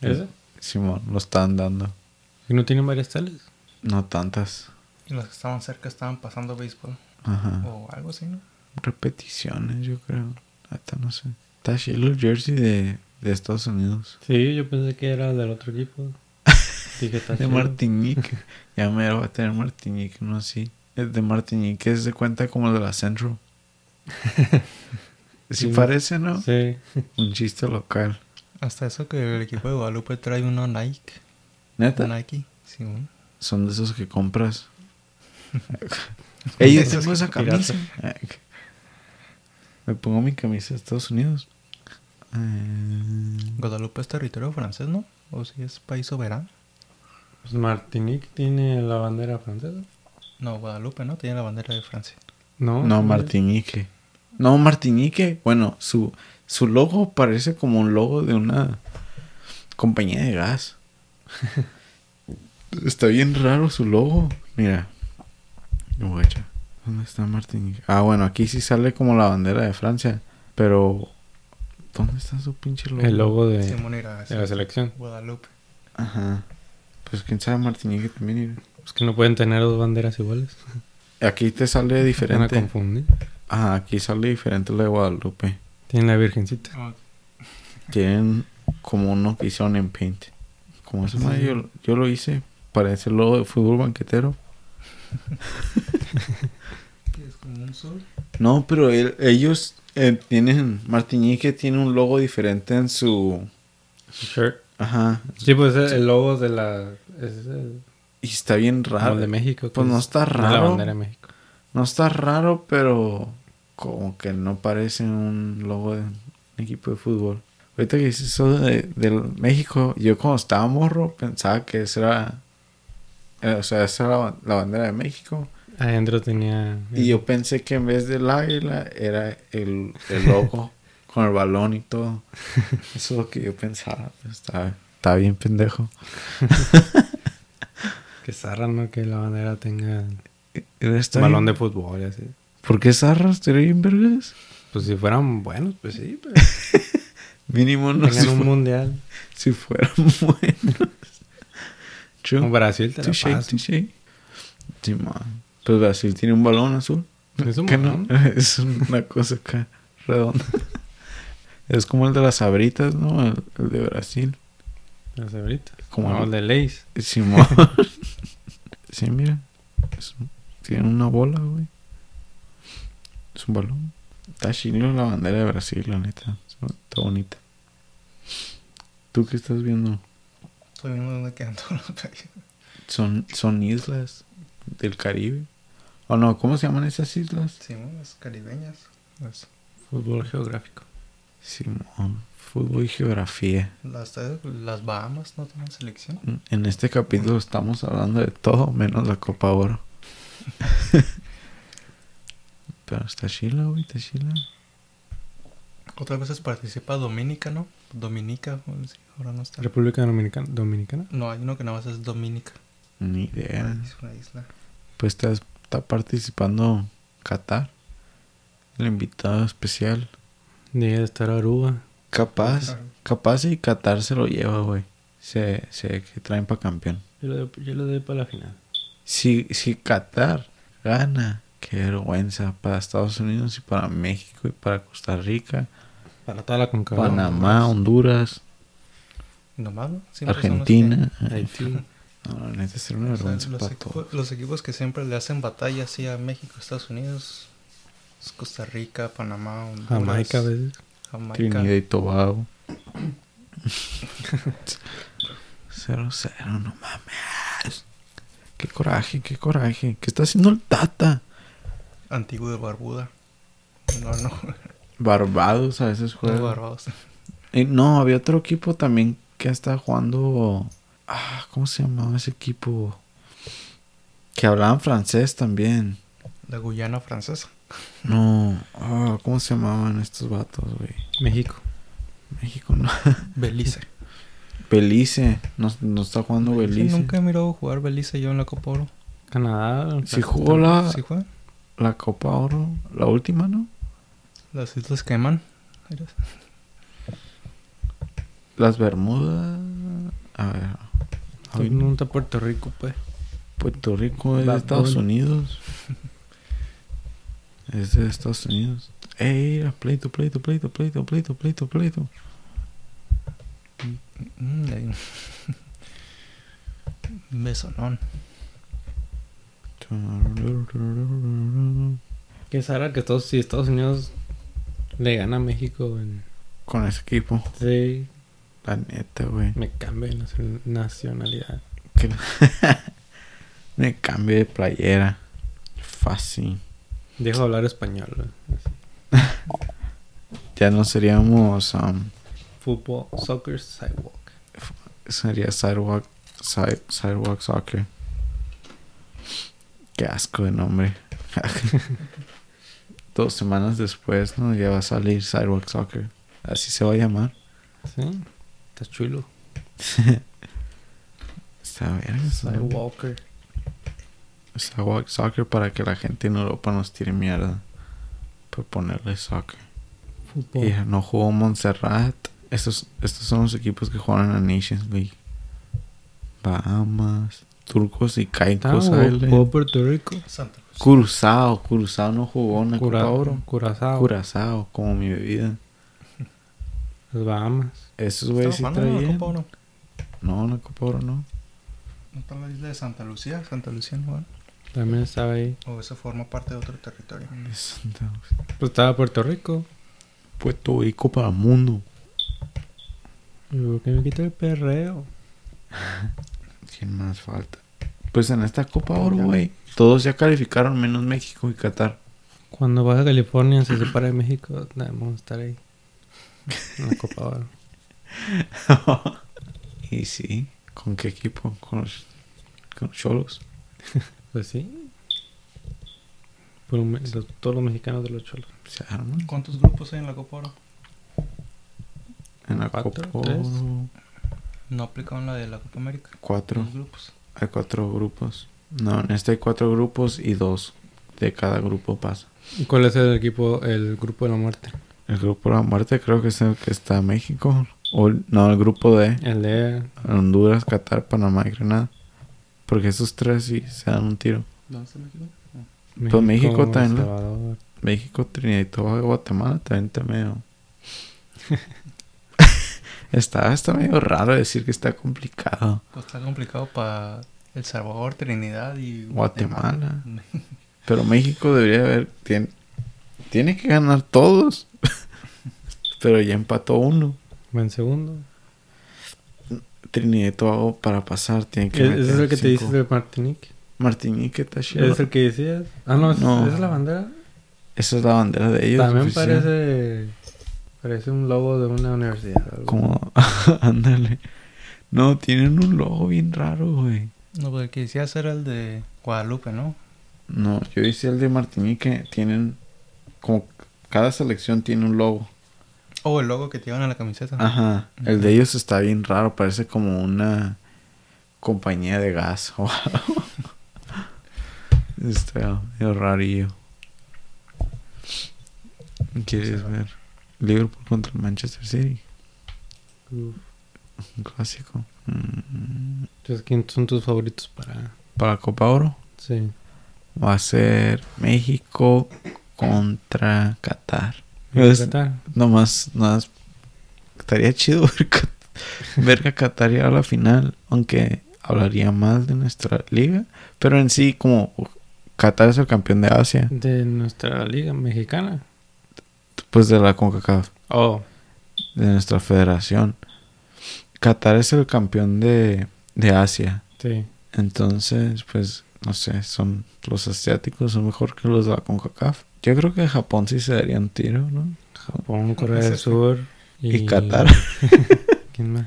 Speaker 4: ¿Ese?
Speaker 1: Simón, lo están dando.
Speaker 4: ¿Y no tienen varias teles?
Speaker 1: No tantas.
Speaker 3: Y los que estaban cerca estaban pasando béisbol.
Speaker 1: Ajá.
Speaker 3: O algo así, ¿no?
Speaker 1: Repeticiones, yo creo. Hasta no sé. Está chido el jersey de, de Estados Unidos.
Speaker 4: Sí, yo pensé que era del otro equipo. Dije, está
Speaker 1: De
Speaker 4: chido.
Speaker 1: Martinique. ya me va a tener Martinique, no así. El de Martinique es de cuenta como el de la Central. Si
Speaker 4: Sí.
Speaker 1: parece, ¿no?
Speaker 4: Sí.
Speaker 1: Un chiste local.
Speaker 3: Hasta eso que el equipo de Guadalupe trae uno Nike.
Speaker 1: ¿Neta?
Speaker 3: Nike, sí, bueno.
Speaker 1: Son de esos que compras. Ey, yo
Speaker 3: Esos
Speaker 1: tengo esa camisa. Me pongo mi camisa de Estados Unidos. Eh,
Speaker 3: Guadalupe es territorio francés, ¿no? O si es país soberano.
Speaker 4: Pues Martinique tiene la bandera francesa.
Speaker 3: No, Guadalupe, ¿no? Tiene la bandera de Francia.
Speaker 4: No,
Speaker 1: No,
Speaker 4: sí.
Speaker 1: Martinique. No, Martinique. Bueno, su, su logo parece como un logo de una compañía de gas. está bien raro su logo. Mira. Guacha. ¿Dónde está Martinique? Ah, bueno, aquí sí sale como la bandera de Francia. Pero... ¿Dónde está su pinche logo?
Speaker 4: El logo de,
Speaker 3: Simón era
Speaker 4: de la selección.
Speaker 3: Guadalupe.
Speaker 1: Ajá. Pues quién sabe Martinique también.
Speaker 4: Pues que no pueden tener dos banderas iguales.
Speaker 1: mira. Aquí te sale
Speaker 4: Se Van a
Speaker 1: diferente.
Speaker 4: confundir.
Speaker 1: Ajá, aquí sale diferente la de Guadalupe.
Speaker 4: Tienen la virgencita.
Speaker 3: Ah,
Speaker 1: Tienen como uno que hicieron en Paint. Como ese madre yo, yo lo hice. Parece el logo de fútbol banquetero.
Speaker 3: Es como un sol.
Speaker 1: No, pero el- ellos eh, tienen. Martinique tiene un logo diferente en su.
Speaker 4: Su shirt.
Speaker 1: Ajá.
Speaker 4: Sí, pues el el logo de la. Es el,
Speaker 1: Y está bien
Speaker 4: como
Speaker 1: raro.
Speaker 4: el de México. que
Speaker 1: Pues no
Speaker 4: es
Speaker 1: está
Speaker 4: La
Speaker 1: raro.
Speaker 4: bandera de México.
Speaker 1: No está raro, pero. Como que no parece un logo de un equipo de fútbol. Ahorita que dices eso de, del México, yo cuando estaba morro pensaba que esa era. eh, o sea, esa era la- la bandera de México.
Speaker 4: Ahí adentro tenía.
Speaker 1: Y yo pensé que en vez del águila era el, el loco con el balón y todo. Eso es lo que yo pensaba. pero Está, está bien pendejo.
Speaker 4: Que zarra, ¿no? Que la bandera tenga. Eh,
Speaker 1: Era- está
Speaker 4: balón
Speaker 1: bien-
Speaker 4: de fútbol y así.
Speaker 1: ¿Por qué zarras? ¿Estaría bien vergas?
Speaker 4: Pues si fueran buenos, pues sí. Pero
Speaker 1: Mínimo no
Speaker 4: tengan
Speaker 1: si,
Speaker 4: un
Speaker 1: fu-
Speaker 4: mundial.
Speaker 1: si fueran buenos. True.
Speaker 4: Como Brasil te la
Speaker 1: Touché,
Speaker 4: paso.
Speaker 1: touché. Sí, man. Pues Brasil tiene un balón azul.
Speaker 4: Es un
Speaker 1: ¿Qué no?
Speaker 4: balón.
Speaker 1: Es una cosa acá redonda. es como el de las abritas, ¿no? El- el de Brasil.
Speaker 4: Las ahorita.
Speaker 1: Como
Speaker 4: Como
Speaker 1: el-
Speaker 4: de Leis.
Speaker 1: Simón. sí, mira. Es un- tiene una bola, güey. Es un balón. Está chido la bandera de Brasil, la neta. Está bonita. ¿Tú qué estás viendo?
Speaker 3: Estoy viendo dónde quedan todos los países.
Speaker 1: Son, son islas del Caribe. O no, ¿cómo se llaman esas islas?
Speaker 3: Simón, las caribeñas. Las,
Speaker 4: Fútbol geográfico.
Speaker 1: Simón. Fútbol y geografía.
Speaker 3: las, las Bahamas no tienen selección.
Speaker 1: En este capítulo estamos hablando de todo menos la Copa Oro. Pero está chila, güey, está chila.
Speaker 3: Otras veces participa Dominica, ¿no? Dominica, bueno, sí, ahora no está.
Speaker 4: República Dominicana. Dominicana.
Speaker 3: No, hay uno que nada más es Dominica.
Speaker 1: Ni idea.
Speaker 3: Es una isla.
Speaker 1: Pues está, está participando Qatar. El invitado especial.
Speaker 4: Día de estar Aruba.
Speaker 1: Capaz. Capaz y Qatar se lo lleva, güey. Se, se que traen para campeón.
Speaker 4: Yo lo doy, yo lo doy para la final.
Speaker 1: Si, si Qatar gana, qué vergüenza para Estados Unidos y para México y para Costa Rica.
Speaker 4: Para toda la concagua.
Speaker 1: Panamá, Honduras,
Speaker 3: ¿Y nomás, no? Siempre son los que-
Speaker 1: Argentina.
Speaker 4: Haití.
Speaker 1: No, la neta sería una
Speaker 3: o sea,
Speaker 1: vergüenza
Speaker 3: los,
Speaker 1: para
Speaker 3: equipo-
Speaker 1: todos.
Speaker 3: los equipos que siempre le hacen batalla así a México, Estados Unidos, es Costa Rica, Panamá, Honduras,
Speaker 4: Jamaica a
Speaker 1: Pues-
Speaker 4: veces.
Speaker 3: Jamaica.
Speaker 1: Trinidad y Tobago. 0-0, no mames. Qué coraje, qué coraje. ¿Qué está haciendo el Tata?
Speaker 3: Antigua de Barbuda. No, no,
Speaker 1: Barbados a veces
Speaker 3: no
Speaker 1: juega.
Speaker 3: es Barbados.
Speaker 1: Eh, no, había otro equipo también que estaba jugando. Ah, ¿Cómo se llamaba ese equipo? Que hablaban francés también.
Speaker 3: La Guyana francesa.
Speaker 1: No. Ah, ¿Cómo se llamaban estos vatos, güey?
Speaker 4: México.
Speaker 1: México no.
Speaker 3: Belice.
Speaker 1: Belice. No, no está jugando
Speaker 3: Belice
Speaker 1: Belice.
Speaker 3: Nunca he mirado jugar Belice yo en la Copa Oro.
Speaker 4: Canadá. Pues,
Speaker 1: Sí jugó la,
Speaker 3: ¿Sí juega?
Speaker 1: la Copa Oro, la última, ¿no?
Speaker 3: Las Islas Queman.
Speaker 1: Las Bermudas. A ver.
Speaker 4: Tú
Speaker 1: Ay,
Speaker 4: nunca Puerto Rico, pues.
Speaker 1: Puerto Rico es de
Speaker 4: Bad
Speaker 1: Estados
Speaker 4: Bunny.
Speaker 1: Unidos. Es de Estados Unidos. Ey, era pleito, pleito, pleito, pleito, pleito, pleito, pleito.
Speaker 3: Mm, ahí. Besonón.
Speaker 4: Que Sara, que Estados, si Estados Unidos le gana a México, en-
Speaker 1: Con ese equipo,
Speaker 4: sí,
Speaker 1: la neta, güey.
Speaker 4: me cambia de nacio- nacionalidad.
Speaker 1: Que- Me cambio de playera. Fácil.
Speaker 4: Dejo de hablar español. güey. Así.
Speaker 1: Ya no seríamos. um,
Speaker 4: Fútbol, soccer, sidewalk.
Speaker 1: sería Sidewalk, si- sidewalk Soccer. Qué asco de nombre. Dos semanas después, ¿no? Ya va a salir Sidewalk Soccer. Así se va a llamar.
Speaker 4: Sí, está chulo.
Speaker 1: Está verga ese nombre.
Speaker 4: Sidewalker.
Speaker 1: Sidewalk Soccer para que la gente en Europa nos tire mierda. Por ponerle soccer.
Speaker 4: Fútbol.
Speaker 1: Y no jugó Montserrat. Estos, estos son los equipos que jugaron en la Nations League. Bahamas, Turcos y
Speaker 4: Ah,
Speaker 1: Caicos
Speaker 4: jugó-
Speaker 1: Island.
Speaker 4: jugó Puerto Rico.
Speaker 3: Santa Cruz.
Speaker 1: Curazao, Curazao no jugó en la
Speaker 4: Cura-
Speaker 1: Copa Oro.
Speaker 4: Curazao.
Speaker 1: Curazao, como mi bebida.
Speaker 4: Las Bahamas.
Speaker 1: Esos
Speaker 3: ¿Está
Speaker 1: güeyes sí
Speaker 3: jugando en la
Speaker 1: traían.
Speaker 3: Copa Oro?
Speaker 1: No, en la Copa Oro no.
Speaker 3: ¿No está la isla de Santa Lucía? ¿Santa Lucía no va?
Speaker 4: También estaba ahí.
Speaker 3: ¿O eso forma parte de otro territorio?
Speaker 1: Es Santa-
Speaker 4: Pues estaba Puerto Rico.
Speaker 1: Puerto Rico para el mundo.
Speaker 4: Y ¿Por qué me quita el perreo?
Speaker 1: ¿Quién más falta? Pues en esta Copa Oro, güey. Todos ya calificaron menos México y Qatar.
Speaker 4: Cuando Baja California se separa de México, nah, vamos a estar ahí. En la Copa Oro.
Speaker 1: y sí, ¿con qué equipo? Con los con los Cholos.
Speaker 4: Pues sí. Por un me- los- todos los mexicanos de los cholos.
Speaker 1: Se arman.
Speaker 3: ¿Cuántos grupos hay en la Copa Oro?
Speaker 1: En la
Speaker 4: Cuatro,
Speaker 1: Copa
Speaker 4: tres.
Speaker 1: Oro.
Speaker 3: No aplicaron la de la Copa América.
Speaker 1: Cuatro.
Speaker 3: Los grupos.
Speaker 1: Hay cuatro grupos. No, en este hay cuatro grupos y dos de cada grupo pasa.
Speaker 4: ¿Y cuál es el equipo, el grupo de la muerte?
Speaker 1: El grupo de la muerte creo que es el que está México. O el- no, el grupo de
Speaker 4: El de.
Speaker 1: Honduras, Qatar, Panamá y Granada. Porque esos tres sí se dan un tiro.
Speaker 3: ¿Dónde está México?
Speaker 1: México también,
Speaker 4: El
Speaker 1: ¿no?
Speaker 4: Salvador.
Speaker 1: México, Trinidad y Tobago, Guatemala también está medio... está, está medio raro decir que está complicado.
Speaker 3: Pues está complicado para El Salvador, Trinidad y
Speaker 1: Guatemala. Pero México debería haber... Tiene, tiene que ganar todos. Pero ya empató uno.
Speaker 4: Va en segundo.
Speaker 1: Trinidad y Tobago para pasar tiene que...
Speaker 4: ¿Ese es
Speaker 1: meter
Speaker 4: el que te
Speaker 1: cinco.
Speaker 4: dices de Martinique?
Speaker 1: Martinique está chido.
Speaker 4: ¿Es el que decías? Ah, no, ¿es-
Speaker 1: No.
Speaker 4: ¿esa es la bandera.
Speaker 1: Esa es la bandera de ellos.
Speaker 4: También
Speaker 1: oficial.
Speaker 4: parece. Parece un logo de una universidad. algo.
Speaker 1: Como... Ándale. No, tienen un logo bien raro, güey.
Speaker 3: No, pues el que decías era el de Guadalupe, ¿no?
Speaker 1: No, yo hice el de Martinique. Tienen como cada selección tiene un logo.
Speaker 3: O el logo que te llevan a la camiseta.
Speaker 1: Ajá. El de ellos está bien raro. Parece como una compañía de gas o algo. Está medio rarillo. ¿Quieres ver? Liverpool contra Manchester City.
Speaker 4: Uf.
Speaker 1: Un clásico. Mm,
Speaker 4: Entonces, ¿quiénes son tus favoritos para.?
Speaker 1: Para Copa Oro
Speaker 4: Sí.
Speaker 1: va a ser México contra Qatar. Es-
Speaker 4: Qatar.
Speaker 1: Nomás, más Estaría chido ver, Cat- ver a Qatar llegar a la final, aunque hablaría mal de nuestra liga. Pero en sí, como Qatar es el campeón de Asia,
Speaker 4: De nuestra liga mexicana.
Speaker 1: pues de la CONCACAF,
Speaker 4: Oh,
Speaker 1: de nuestra federación. Qatar es el campeón de, de Asia.
Speaker 4: sí.
Speaker 1: Entonces, pues, no sé, son los asiáticos son mejor que los de la CONCACAF. Yo creo que Japón sí se daría un tiro, ¿no?
Speaker 4: Japón, Corea del Sur.
Speaker 1: Y Qatar.
Speaker 4: ¿Quién más?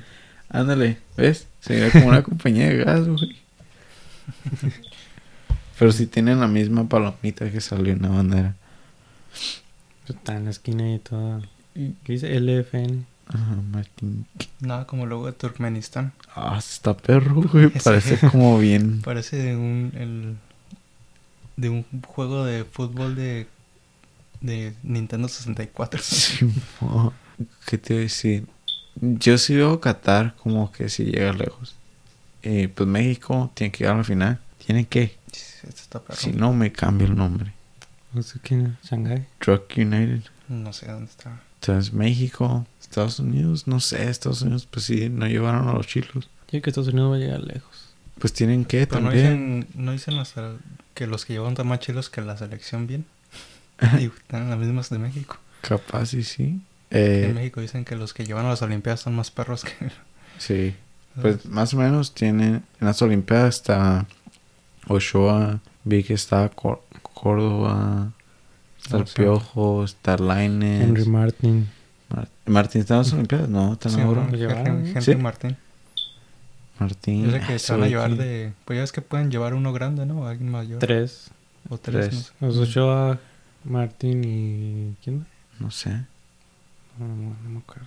Speaker 1: Ándale, ¿ves? Sería como una compañía de gas, güey. Pero si tienen la misma palomita que salió en la bandera.
Speaker 4: Está en la esquina y todo. ¿Qué dice? LFN.
Speaker 1: Ajá, Martín.
Speaker 3: Nada como el logo de Turkmenistán.
Speaker 1: Ah, está perro, güey.
Speaker 3: Ese-
Speaker 1: Parece como bien.
Speaker 3: Parece de un, el- de un juego de fútbol de, de Nintendo 64.
Speaker 1: Simón. ¿Qué te iba a decir? Yo sí veo Qatar como que si llega lejos. Eh, pues México tiene que llegar a la final. Tiene que.
Speaker 3: Esto está perro.
Speaker 1: Si no, me cambio el nombre.
Speaker 4: No sé quién, Shanghai.
Speaker 1: Truck United.
Speaker 3: No sé dónde está.
Speaker 1: Entonces México, Estados Unidos, no sé, Estados Unidos, pues sí, no llevaron a los chilos.
Speaker 4: Yo que Estados Unidos va a llegar lejos.
Speaker 1: Pues tienen que
Speaker 3: Pero no
Speaker 1: también.
Speaker 3: dicen, no dicen las- que los que llevan están más chilos que la selección bien. y están las mismas de México.
Speaker 1: Capaz y sí.
Speaker 3: En
Speaker 1: Eh,
Speaker 3: México dicen que los que llevan a las Olimpiadas son más perros que...
Speaker 1: Sí.
Speaker 3: Ah.
Speaker 1: Pues más o menos tienen. En las Olimpiadas está Ochoa, vi que está Cor- Córdoba, está el
Speaker 3: No sé.
Speaker 1: Piojo, está
Speaker 4: Henry
Speaker 1: Lainez.
Speaker 4: Martin.
Speaker 1: Mar- Martín está en las Olimpiadas, no, está en
Speaker 3: Sí,
Speaker 1: la
Speaker 3: ¿no?
Speaker 1: Euro.
Speaker 4: Lo llevaron,
Speaker 3: Henry,
Speaker 4: ¿eh?
Speaker 3: Henry
Speaker 1: Sí.
Speaker 3: Martín.
Speaker 1: Martín.
Speaker 3: Yo sé que
Speaker 1: ah,
Speaker 3: se van a
Speaker 1: ese
Speaker 3: llevar
Speaker 1: güey que-
Speaker 3: de... Pues ya es que pueden llevar uno grande, ¿no? Alguien mayor.
Speaker 4: Tres.
Speaker 3: o tres.
Speaker 1: tres.
Speaker 3: no sé.
Speaker 4: Los Ochoa, Martin y. ¿Quién más?
Speaker 1: No sé,
Speaker 4: No, no, no me acuerdo.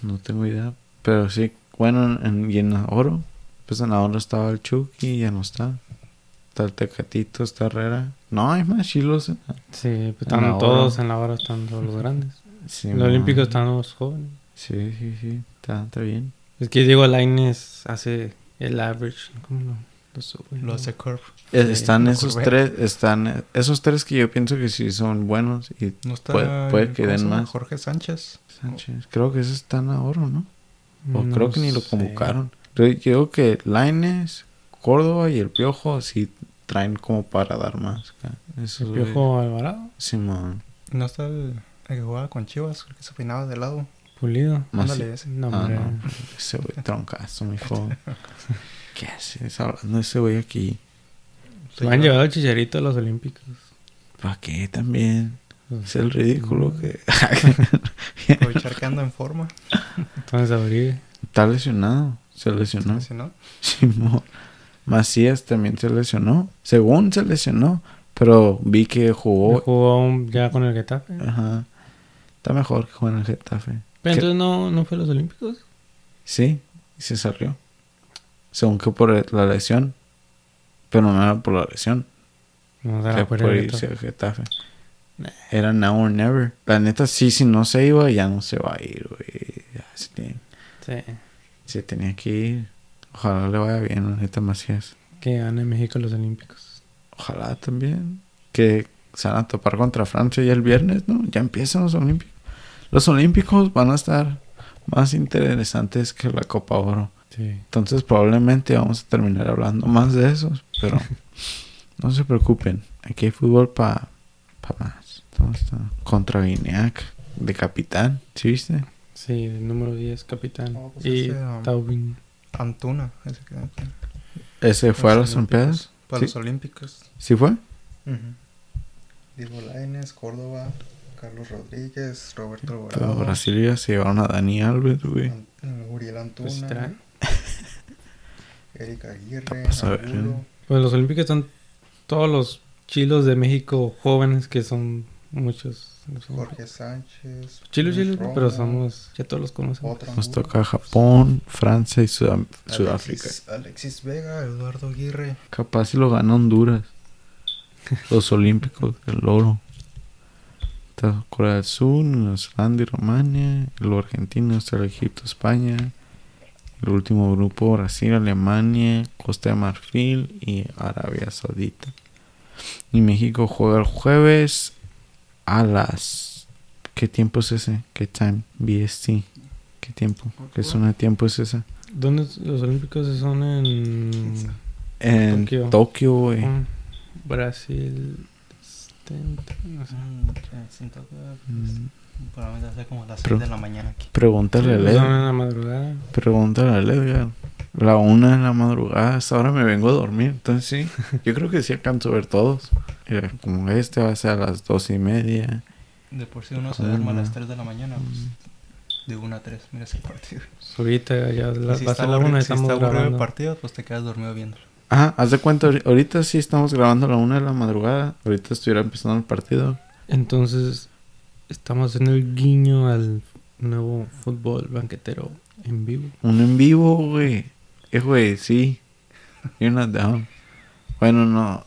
Speaker 1: no tengo idea. Pero sí, bueno, en- en, y en la Oro. Pues en la Oro estaba el Chucky, ya no está. Está el Tecatito, está Herrera. No, hay más chilos. eh. en la-
Speaker 4: Sí, pues
Speaker 1: En la
Speaker 4: están
Speaker 1: hora.
Speaker 4: todos en la hora, están todos los grandes.
Speaker 1: Sí,
Speaker 4: En
Speaker 1: man.
Speaker 4: los Olímpicos están los jóvenes.
Speaker 1: Sí, sí, sí, está, está bien.
Speaker 4: Es que Diego Lainez hace el average. ¿Cómo lo, lo sube?
Speaker 3: Lo hace Corp.
Speaker 1: Eh,
Speaker 4: Sí,
Speaker 1: están
Speaker 3: lo
Speaker 1: esos
Speaker 3: curvé.
Speaker 1: tres, están eh, esos tres que yo pienso que sí son buenos y
Speaker 3: No está...
Speaker 1: Puede- puede
Speaker 3: el-
Speaker 1: que
Speaker 3: ¿cómo
Speaker 1: den
Speaker 3: se llama?
Speaker 1: más.
Speaker 3: Jorge Sánchez.
Speaker 1: Sánchez. Creo que esos están a oro, ¿no? O
Speaker 4: No
Speaker 1: creo que ni lo
Speaker 4: sé.
Speaker 1: convocaron. Pero yo digo que Laines, Córdoba y el Piojo sí traen como para dar más. acá. eh, Esos
Speaker 4: ¿El
Speaker 1: güeyes.
Speaker 4: Piojo Alvarado?
Speaker 1: Simón.
Speaker 3: No está el, el que jugaba con Chivas, el que se peinaba de lado.
Speaker 4: Pulido.
Speaker 1: Más-
Speaker 3: Ándale, ese.
Speaker 4: No,
Speaker 1: Ah,
Speaker 4: hombre.
Speaker 1: no. Ese güey troncazo, mijo. ¿Qué haces hablando de ese güey aquí?
Speaker 4: Se lo han llevado el chicharito a los Olímpicos.
Speaker 1: ¿Para qué también? Es el ridículo que...
Speaker 3: Aprovechar que anda en forma.
Speaker 4: Entonces abrí.
Speaker 1: Está lesionado. Se lesionó.
Speaker 3: Si no,
Speaker 1: Simón. Macías también se lesionó. Según se lesionó. Pero vi que jugó.
Speaker 4: Jugó un- ya con el Getafe.
Speaker 1: Ajá. Está mejor que jugó en el Getafe.
Speaker 4: Pero
Speaker 1: ¿Qué?
Speaker 4: entonces no, no fue a los Olímpicos.
Speaker 1: Sí, y se salió. Según que por la lesión. Pero no era por la lesión.
Speaker 4: No
Speaker 1: Era
Speaker 4: será
Speaker 1: por
Speaker 4: por el
Speaker 1: irse
Speaker 4: Getafe.
Speaker 1: al Getafe. Era now or never. La neta, sí, si no se iba, ya no se va a ir, güey. Ya Se tiene-
Speaker 4: Sí.
Speaker 1: se tenía que ir. Ojalá le vaya bien, la neta, Macías.
Speaker 4: Que gane México los Olímpicos.
Speaker 1: Ojalá también. Que se van a topar contra Francia ya el viernes, ¿no? Ya empiezan los Olímpicos. Los Olímpicos van a estar más interesantes que la Copa Oro.
Speaker 4: Sí.
Speaker 1: Entonces probablemente vamos a terminar hablando más de esos. Pero no se preocupen. Aquí hay fútbol para más. Estamos tan- contra Guineac de capitán. ¿Sí viste?
Speaker 4: Sí, el número 10, capitán.
Speaker 3: Oh, pues
Speaker 4: y
Speaker 3: ese, um,
Speaker 4: Taubin.
Speaker 3: Antuna, ese que-
Speaker 1: Ese fue a
Speaker 3: Los
Speaker 1: las Olimpiadas.
Speaker 3: para
Speaker 1: Sí.
Speaker 3: los Olímpicos.
Speaker 1: ¿Sí fue?
Speaker 3: Diego Lainez, Córdoba, Carlos Rodríguez, Roberto
Speaker 1: Pero
Speaker 3: Alvarado,
Speaker 1: Brasil ya se llevaron a Dani Alves, güey.
Speaker 3: An- Uriel Antuna,
Speaker 4: Pues sí trae.
Speaker 3: Erika Aguirre,
Speaker 1: Está pasado de
Speaker 3: Angulo,
Speaker 1: verga.
Speaker 4: Pues los Olímpicos están todos los chilos de México jóvenes que son muchos. en los Olímpicos.
Speaker 3: Jorge Sánchez,
Speaker 4: Chilos,
Speaker 3: Luis
Speaker 4: chilos,
Speaker 3: Romo,
Speaker 4: pero somos. Ya todos los conocemos.
Speaker 3: otro
Speaker 1: Nos
Speaker 3: Angulo,
Speaker 1: toca Japón, Francia y Sudam-
Speaker 3: Alexis-
Speaker 1: Sudáfrica.
Speaker 3: Alexis Vega, Eduardo Aguirre,
Speaker 1: Capaz si lo ganó Honduras. Los Olímpicos, el oro. Está Corea del Sur, Nueva Zelanda y Rumania. Luego Argentina, Australia, Egipto, España. El último grupo, Brasil, Alemania, Costa de Marfil y Arabia Saudita. Y México juega el jueves a las... ¿Qué tiempo es ese? ¿Qué time? BST. ¿Qué tiempo? ¿Qué zona de tiempo es esa?
Speaker 4: ¿Dónde es- los Olímpicos son en.
Speaker 1: En
Speaker 4: Tokio.
Speaker 1: Tokio, güey.
Speaker 4: Mm, Brasil. este, no sé.
Speaker 1: Mm.
Speaker 3: probablemente hace como las
Speaker 1: Pero-
Speaker 3: 6 de la mañana aquí.
Speaker 1: Pregúntale a
Speaker 4: Son
Speaker 1: Leo.
Speaker 4: en la madrugada.
Speaker 1: Pregúntale a Edgar. La una de la madrugada, hasta ahora me vengo a dormir. Entonces sí, yo creo que sí alcanzo a ver todos. Mira, como este va a ser a las dos y media.
Speaker 3: De por sí uno se
Speaker 1: Una.
Speaker 3: duerme a las 3 de la mañana, pues, de 1 a 3, mira ese partido.
Speaker 4: Ahorita ya la,
Speaker 3: Y si
Speaker 4: va a
Speaker 3: Pues está
Speaker 4: ser la
Speaker 3: aburri-
Speaker 4: una,
Speaker 3: si
Speaker 4: estamos
Speaker 3: está aburrido el
Speaker 4: grabando.
Speaker 3: partido, pues te quedas dormido viéndolo.
Speaker 1: Ajá, haz de cuenta, ahori- ahorita sí estamos grabando a la una de la madrugada. Ahorita estuviera empezando el partido.
Speaker 4: Entonces, estamos haciendo el guiño al Nuevo fútbol banquetero en vivo.
Speaker 1: Un en vivo, güey. Eh, güey, sí. You're not down. Bueno, no.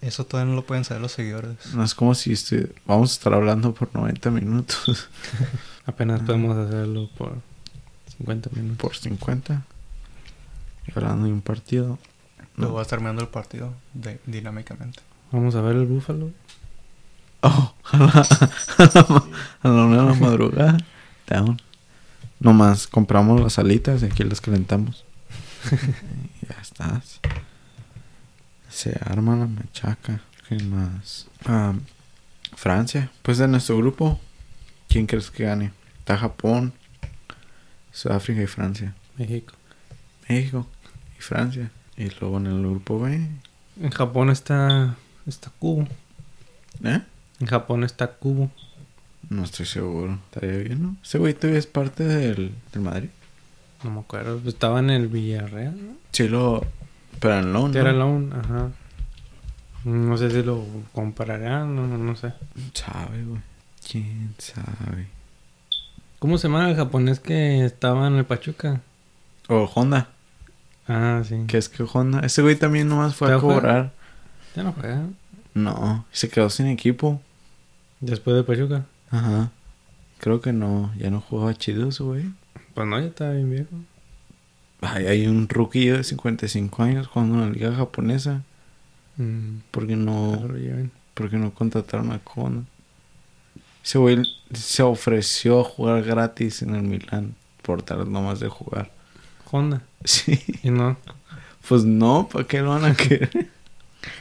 Speaker 3: Eso todavía no lo pueden saber los seguidores.
Speaker 1: No es como si estu- vamos a estar hablando por 90 minutos.
Speaker 4: Apenas podemos hacerlo por 50 minutos.
Speaker 1: por 50. Y hablando de un partido.
Speaker 3: Luego va a estar mirando el partido de- dinámicamente.
Speaker 4: Vamos a ver el búfalo.
Speaker 1: Oh, a la, a la ma- a la una de la madrugada. Down. Nomás compramos las alitas y aquí las calentamos. Y ya estás. Se arma la machaca. ¿Qué más? Ah, Francia. Pues de nuestro grupo, ¿quién crees que gane? Está Japón, Sudáfrica y Francia.
Speaker 4: México.
Speaker 1: México y Francia. Y luego en el grupo B.
Speaker 4: En Japón está. Está Cubo.
Speaker 1: ¿Eh?
Speaker 4: En Japón está Cubo.
Speaker 1: No estoy seguro. Estaría bien, ¿no? Ese güey todavía es parte del, del Madrid.
Speaker 4: No me acuerdo. Estaba en el Villarreal, ¿no?
Speaker 1: Sí, lo. Pero en Londres.
Speaker 4: Era Loan, ajá. No sé si lo compararán, no, no, no sé.
Speaker 1: sabe, güey. Quién sabe.
Speaker 4: ¿Cómo se llama el japonés que estaba en el Pachuca?
Speaker 1: O Honda.
Speaker 4: Ah, sí.
Speaker 1: ¿Qué es que Honda? Ese güey también nomás fue a
Speaker 4: ¿Ya fue?
Speaker 1: cobrar.
Speaker 4: Ya no juega.
Speaker 1: No, se quedó sin equipo.
Speaker 4: Después de Pachuca.
Speaker 1: Ajá. Creo que no. Ya no jugaba chido ese güey.
Speaker 4: Pues no, ya estaba bien viejo.
Speaker 1: Ay, hay un rookie de 55 años jugando en la liga japonesa.
Speaker 4: Mm,
Speaker 1: ¿Por qué
Speaker 4: ojalá
Speaker 1: no,
Speaker 4: lo lleven.
Speaker 1: por qué no contrataron a Honda? Ese güey se ofreció a jugar gratis en el Milán. Por tal nomás de jugar.
Speaker 4: Honda.
Speaker 1: Sí.
Speaker 4: Y no.
Speaker 1: Pues no, ¿para qué lo van a querer?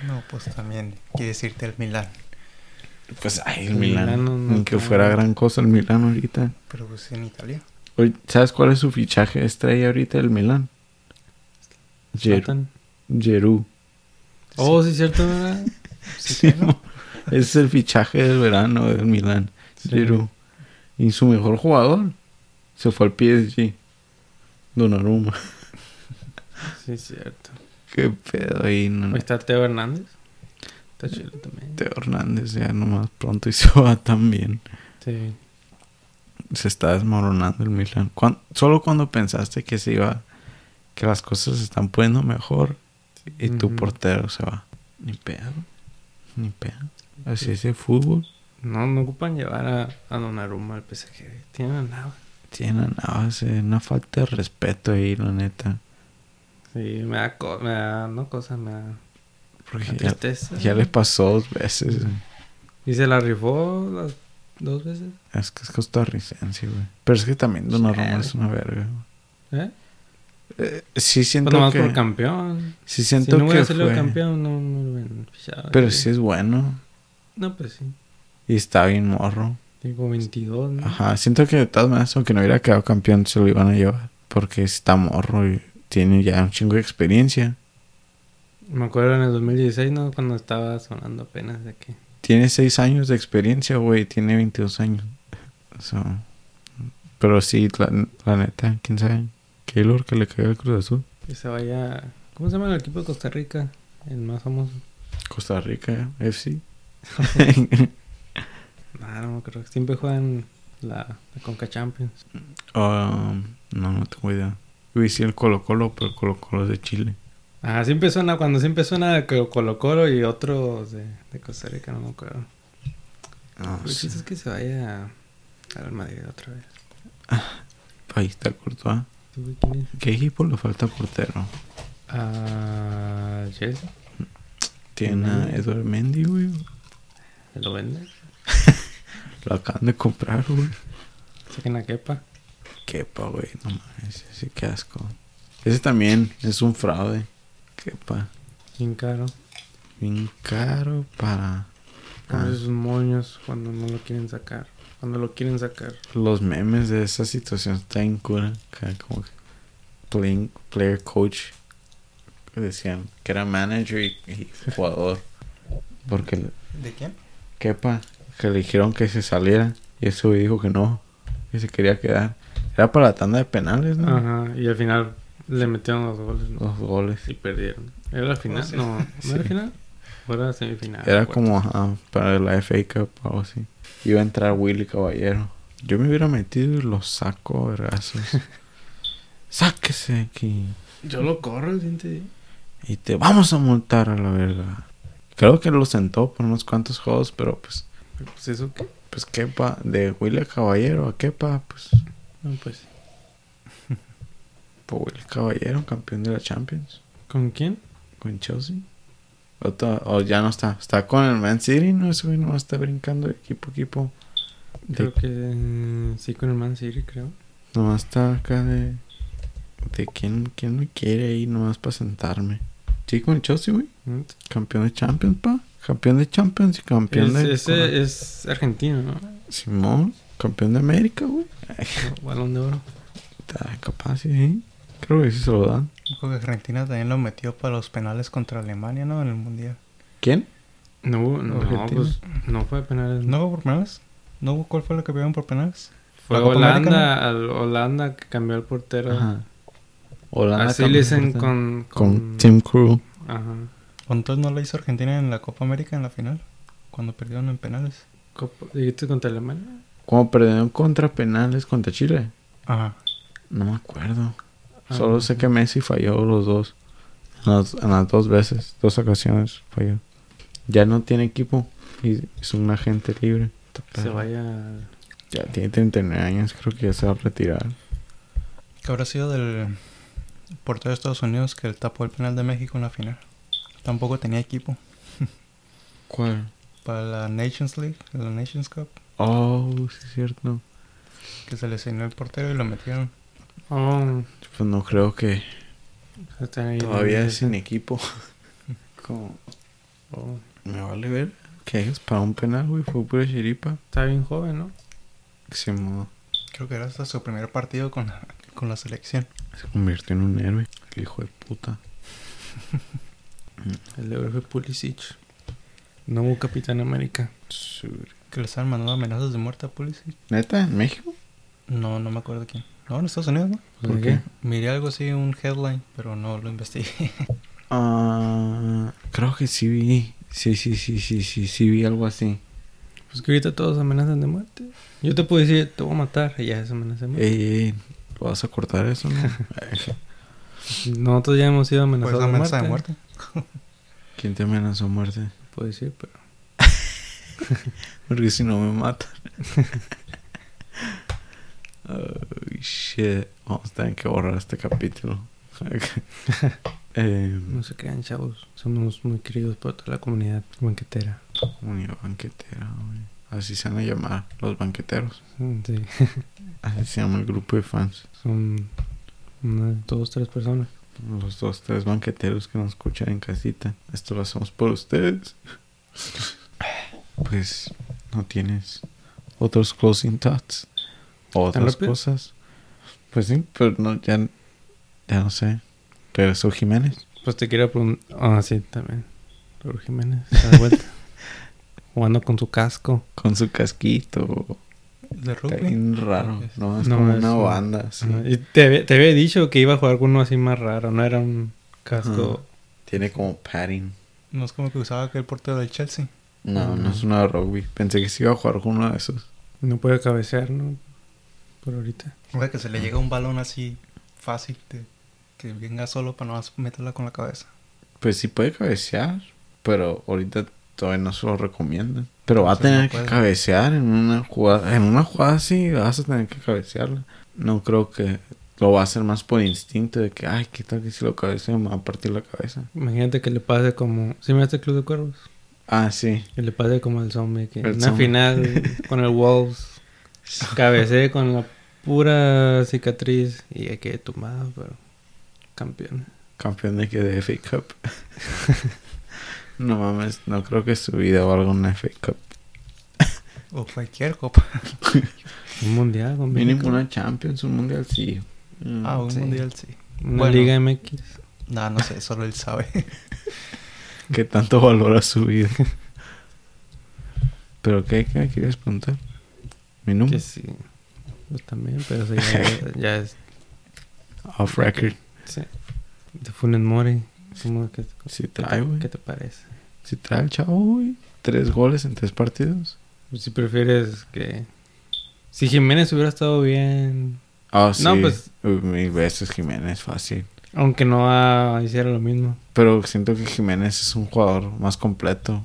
Speaker 3: No, pues también quieres irte al Milán.
Speaker 1: Pues ay, el
Speaker 4: El
Speaker 1: Milán.
Speaker 4: Milano no
Speaker 1: Ni que
Speaker 4: está-
Speaker 1: fuera gran cosa el Milán ahorita.
Speaker 3: Pero pues en Italia.
Speaker 1: Oye, ¿Sabes cuál es su fichaje estrella ahorita el Milán? Ger-
Speaker 4: Zlatan.
Speaker 1: Gerú.
Speaker 4: Oh, sí, cierto, ¿verdad?
Speaker 1: Sí, mo- ese es el fichaje del verano del Milán.
Speaker 4: Sí.
Speaker 1: Giroud. Y su mejor jugador se fue al PSG. Donnarumma.
Speaker 4: Sí, cierto.
Speaker 1: Qué pedo ahí. no-
Speaker 4: Ahí está Teo Hernández. Está chido también.
Speaker 1: Teo Hernández ya nomás pronto y se va también.
Speaker 4: Sí.
Speaker 1: se está desmoronando el Milan. Cuan- solo cuando pensaste que se iba, que las cosas se están poniendo mejor y tu
Speaker 4: Ujú.
Speaker 1: portero se va. Ni pedo, ni pedo. Así es el fútbol.
Speaker 4: No, no ocupan llevar a, a Donnarumma al PSG. Tienen nada.
Speaker 1: Tienen a base una falta de respeto ahí, la neta.
Speaker 4: Sí, me da, co- me da no cosa, me da
Speaker 1: Porque
Speaker 4: La
Speaker 1: ya,
Speaker 4: tristeza.
Speaker 1: ya le pasó dos veces. güey.
Speaker 4: Y se la rifó las dos veces.
Speaker 1: Es que es costarricense, güey. Pero es que también Donnarumma
Speaker 4: Chale.
Speaker 1: es una verga. güey.
Speaker 4: ¿Eh?
Speaker 1: Eh, sí
Speaker 4: Pues
Speaker 1: siento
Speaker 4: nomás
Speaker 1: que...
Speaker 4: por campeón.
Speaker 1: Sí siento
Speaker 4: si no
Speaker 1: que
Speaker 4: hubiera salido
Speaker 1: fue-
Speaker 4: campeón, no, no lo hubieran fichado.
Speaker 1: Pero
Speaker 4: Sí.
Speaker 1: sí es bueno.
Speaker 4: No, pues sí.
Speaker 1: Y está bien morro.
Speaker 4: Tipo 22, ¿no?
Speaker 1: Ajá, siento que de todas maneras, aunque no hubiera quedado campeón, se lo iban a llevar. Porque está morro y tiene ya un chingo de experiencia.
Speaker 4: Me acuerdo en el 2016, ¿no? Cuando estaba sonando apenas de que...
Speaker 1: Tiene seis años de experiencia, güey. Tiene 22 años. So, pero sí, la, la neta, quién sabe. Keylor que le caiga el Cruz Azul.
Speaker 4: que se vaya... ¿Cómo se llama el equipo de Costa Rica? El más famoso.
Speaker 1: Costa Rica, FC.
Speaker 4: Nah, Ah, no, creo que siempre juegan la, la Conca Champions.
Speaker 1: Um, no, no tengo idea. Yo sí el Colo Colo, pero el Colo Colo es de Chile.
Speaker 4: Ah, siempre suena, cuando siempre suena de Colo- Colo Colo y otros de, de Costa Rica, no me acuerdo.
Speaker 1: No
Speaker 4: Lo
Speaker 1: sé.
Speaker 4: chiste es que se vaya al Madrid otra vez.
Speaker 1: Ahí está Courtois.
Speaker 4: ¿Tú, güey, quién es?
Speaker 1: ¿Qué equipo le falta portero?
Speaker 4: Ah, Chelsea.
Speaker 1: Tiene a Edward Mendy, güey.
Speaker 4: ¿Se lo venden?
Speaker 1: Lo acaban de comprar, güey.
Speaker 4: Saquen a Kepa.
Speaker 1: Kepa, güey, no mames, ese qué asco. Ese también es un fraude. Kepa,
Speaker 4: Bien caro.
Speaker 1: bien caro para
Speaker 4: Con
Speaker 1: Ah.
Speaker 4: esos moños cuando no lo quieren sacar. Cuando lo quieren sacar.
Speaker 1: los memes de esa situación está en cura. acá Como que playing- player coach decían que era manager y, y jugador. Porque el-
Speaker 3: ¿De quién?
Speaker 1: Kepa, que le dijeron que se saliera y ese güey dijo que no, que se quería quedar. Era para la tanda de penales, ¿no?
Speaker 4: Ajá. Y al final le metieron los goles ¿no?
Speaker 1: Los goles.
Speaker 4: y perdieron. ¿Era la final? No. ¿No era final? ¿O era semifinal?
Speaker 1: Era
Speaker 4: Bueno.
Speaker 1: como ajá, para la FA Cup o algo así. Iba a entrar Willy Caballero. Yo me hubiera metido y lo saco, vergazos. Sáquese aquí.
Speaker 4: Yo lo corro el siguiente día.
Speaker 1: Y te vamos a multar a la verga. Creo que lo sentó por unos cuantos juegos, pero pues,
Speaker 4: Pues eso qué.
Speaker 1: pues quepa, de Willy Caballero a quepa, pues,
Speaker 4: No, pues.
Speaker 1: pues Willy Caballero, campeón de la Champions,
Speaker 4: ¿Con quién?
Speaker 1: con Chelsea. O, to- o ya no está, está con el Man City, no, ese güey no está brincando de equipo a equipo. De-
Speaker 4: Creo que eh, sí con el Man City, creo.
Speaker 1: Nomás está acá de. ¿De quién, quién me quiere ahí nomás para sentarme? Sí, con el Chelsea, güey.
Speaker 4: ¿Mm?
Speaker 1: Campeón de Champions, pa. Campeón de Champions y campeón
Speaker 4: Es,
Speaker 1: de.
Speaker 4: ese e- es argentino, ¿no?
Speaker 1: Simón, campeón de América, güey.
Speaker 4: Balón de oro.
Speaker 1: Está capaz, sí, sí. Creo que sí se lo dan.
Speaker 3: Creo que Argentina también lo metió para los penales contra Alemania, ¿no? En el Mundial.
Speaker 1: ¿Quién?
Speaker 4: No, hubo- no,
Speaker 1: Argentina.
Speaker 4: pues no fue penales.
Speaker 3: ¿No hubo por penales? ¿No hubo cuál fue la que pidieron por penales?
Speaker 4: Fue
Speaker 3: la Copa
Speaker 4: Holanda, al Holanda que cambió el portero.
Speaker 1: Ajá. Holanda.
Speaker 4: Ah. Así
Speaker 1: campeón
Speaker 4: le dicen
Speaker 1: de-
Speaker 4: con,
Speaker 1: Con Tim Crew.
Speaker 4: Ajá.
Speaker 3: ¿O entonces no lo hizo Argentina en la Copa América en la final? Cuando perdieron en penales.
Speaker 4: Copa- ¿Dijiste contra Alemania?
Speaker 1: Como perdieron contra penales contra Chile.
Speaker 3: Ajá.
Speaker 1: No me acuerdo.
Speaker 4: Ah,
Speaker 1: Solo
Speaker 4: no.
Speaker 1: sé que Messi falló los dos. En las, en las dos veces, dos ocasiones falló. Ya no tiene equipo y es un agente libre. Está
Speaker 4: Que Se
Speaker 1: perro.
Speaker 4: vaya. al-
Speaker 1: Ya tiene 39 años, creo que ya se va a retirar.
Speaker 3: Que habrá sido del portero de Estados Unidos que tapó el penal de México en la final. Tampoco tenía equipo.
Speaker 1: ¿Cuál?
Speaker 3: Para la Nations League, la Nations Cup,
Speaker 1: Oh, sí es cierto.
Speaker 3: que se lesionó el portero y lo metieron.
Speaker 4: Oh,
Speaker 1: Pues no creo que
Speaker 4: está ahí.
Speaker 1: todavía es sin equipo. Como,
Speaker 4: Oh,
Speaker 1: me vale ver que es para un penal, güey. Fue pura chiripa.
Speaker 4: Está bien joven, ¿no?
Speaker 1: Se mudó.
Speaker 3: Creo que era hasta su primer partido con la, con la selección.
Speaker 1: Se convirtió en un héroe. El hijo de puta.
Speaker 4: El de oro fue Pulisic. No hubo Capitán América.
Speaker 1: Sur-
Speaker 3: Que le estaban mandando amenazas de muerte a Pulisic.
Speaker 1: ¿Neta? ¿En México?
Speaker 3: No, no me acuerdo quién. No, en Estados Unidos, ¿no?
Speaker 1: ¿Por qué?
Speaker 3: Miré algo así, un headline, pero no lo investigué.
Speaker 1: Ah, creo que sí vi. Sí, sí, sí, sí, sí, sí vi algo así.
Speaker 4: Pues que ahorita todos amenazan de muerte. Yo te puedo decir, te voy a matar. Y ya es amenaza de muerte.
Speaker 1: Ey, ey, Eh, ¿lo vas a cortar eso, no? Ay,
Speaker 4: Nosotros ya hemos sido amenazados
Speaker 3: Pues la
Speaker 4: de,
Speaker 3: amenaza de
Speaker 4: muerte.
Speaker 3: muerte.
Speaker 1: ¿Quién te amenazó muerte?
Speaker 4: Puedo decir, pero.
Speaker 1: Porque si no me matan. oh, shit. Vamos a tener que borrar este capítulo. eh,
Speaker 4: No se crean, chavos. Somos muy queridos por toda la comunidad banquetera.
Speaker 1: comunidad banquetera, güey. Así se van a llamar los banqueteros.
Speaker 4: Sí.
Speaker 1: Así se llama el grupo de fans.
Speaker 4: Son unas dos, tres personas.
Speaker 1: Los dos, tres banqueteros que nos escuchan en casita. Esto lo hacemos por ustedes. Pues, no tienes otros closing thoughts. O
Speaker 4: ¿Tan
Speaker 1: otras
Speaker 4: rápido?
Speaker 1: cosas. Pues sí, pero no, ya, ya no sé. Regresó Jiménez.
Speaker 4: Pues te quiero preguntar. Ah, sí, también. Raúl Jiménez está de vuelta. Jugando con su casco.
Speaker 1: Con su casquito.
Speaker 3: De
Speaker 1: Está
Speaker 3: rugby.
Speaker 1: bien raro. No, es
Speaker 4: No,
Speaker 1: como
Speaker 4: es
Speaker 1: una
Speaker 4: un-
Speaker 1: banda. sí.
Speaker 4: Ah, y te, había- te había dicho que iba a jugar con uno así más raro. No era un casco.
Speaker 1: Tiene como padding.
Speaker 3: No es como que usaba aquel portero del Chelsea.
Speaker 1: No, no
Speaker 4: Ujú.
Speaker 1: es una de rugby. Pensé que se iba a jugar con uno de esos.
Speaker 4: No puede cabecear, ¿no? Por ahorita.
Speaker 3: Oiga, que se le llega un balón así fácil, de- que venga solo para no más meterla con la cabeza.
Speaker 1: Pues sí puede cabecear, pero ahorita todavía no se lo recomiendan. Pero va a
Speaker 3: Entonces no
Speaker 1: tener que
Speaker 3: puede.
Speaker 1: cabecear en una jugada, en una jugada así vas a tener que cabecearla. No creo que lo va a hacer más por instinto de que ay, qué tal que si lo cabeceo me va a partir la cabeza.
Speaker 4: Imagínate que le pase como. ¿Sí me hace Club de Cuervos?
Speaker 1: Ah, sí.
Speaker 4: Que le pase como al zombie. Que en
Speaker 1: El
Speaker 4: una
Speaker 1: zombie.
Speaker 4: final con el Wolves. Cabecé con la pura cicatriz. Y ya quedé tumbado, pero. Campeón.
Speaker 1: Campeón de que de FA Cup. no mames, no creo que su vida valga una FA Cup.
Speaker 3: O cualquier copa.
Speaker 4: Un mundial, con
Speaker 1: Mínimo
Speaker 4: México.
Speaker 1: una Champions, un mundial sí. Mm,
Speaker 3: Ah, un
Speaker 1: sí.
Speaker 3: mundial sí.
Speaker 4: Una
Speaker 3: Bueno.
Speaker 4: Liga MX.
Speaker 3: No, no sé, solo él sabe.
Speaker 1: que tanto valora su vida. Pero qué, qué me querías preguntar? Mi número
Speaker 4: Que sí. Pues también, pero sí, ya, ya es.
Speaker 1: off record.
Speaker 4: Sí. De Funes Mori. ¿Cómo que,
Speaker 1: Si
Speaker 4: qué,
Speaker 1: trae,
Speaker 4: te,
Speaker 1: güey.
Speaker 4: qué te parece?
Speaker 1: Si trae el chavo, güey. Tres goles en tres partidos.
Speaker 4: Si prefieres Pues que Si Jiménez hubiera estado bien,
Speaker 1: Ah, sí.
Speaker 4: No, pues-
Speaker 1: Uh, Mil veces Jiménez, fácil.
Speaker 4: aunque no ah, hiciera lo mismo.
Speaker 1: Pero siento que Jiménez es un jugador más completo.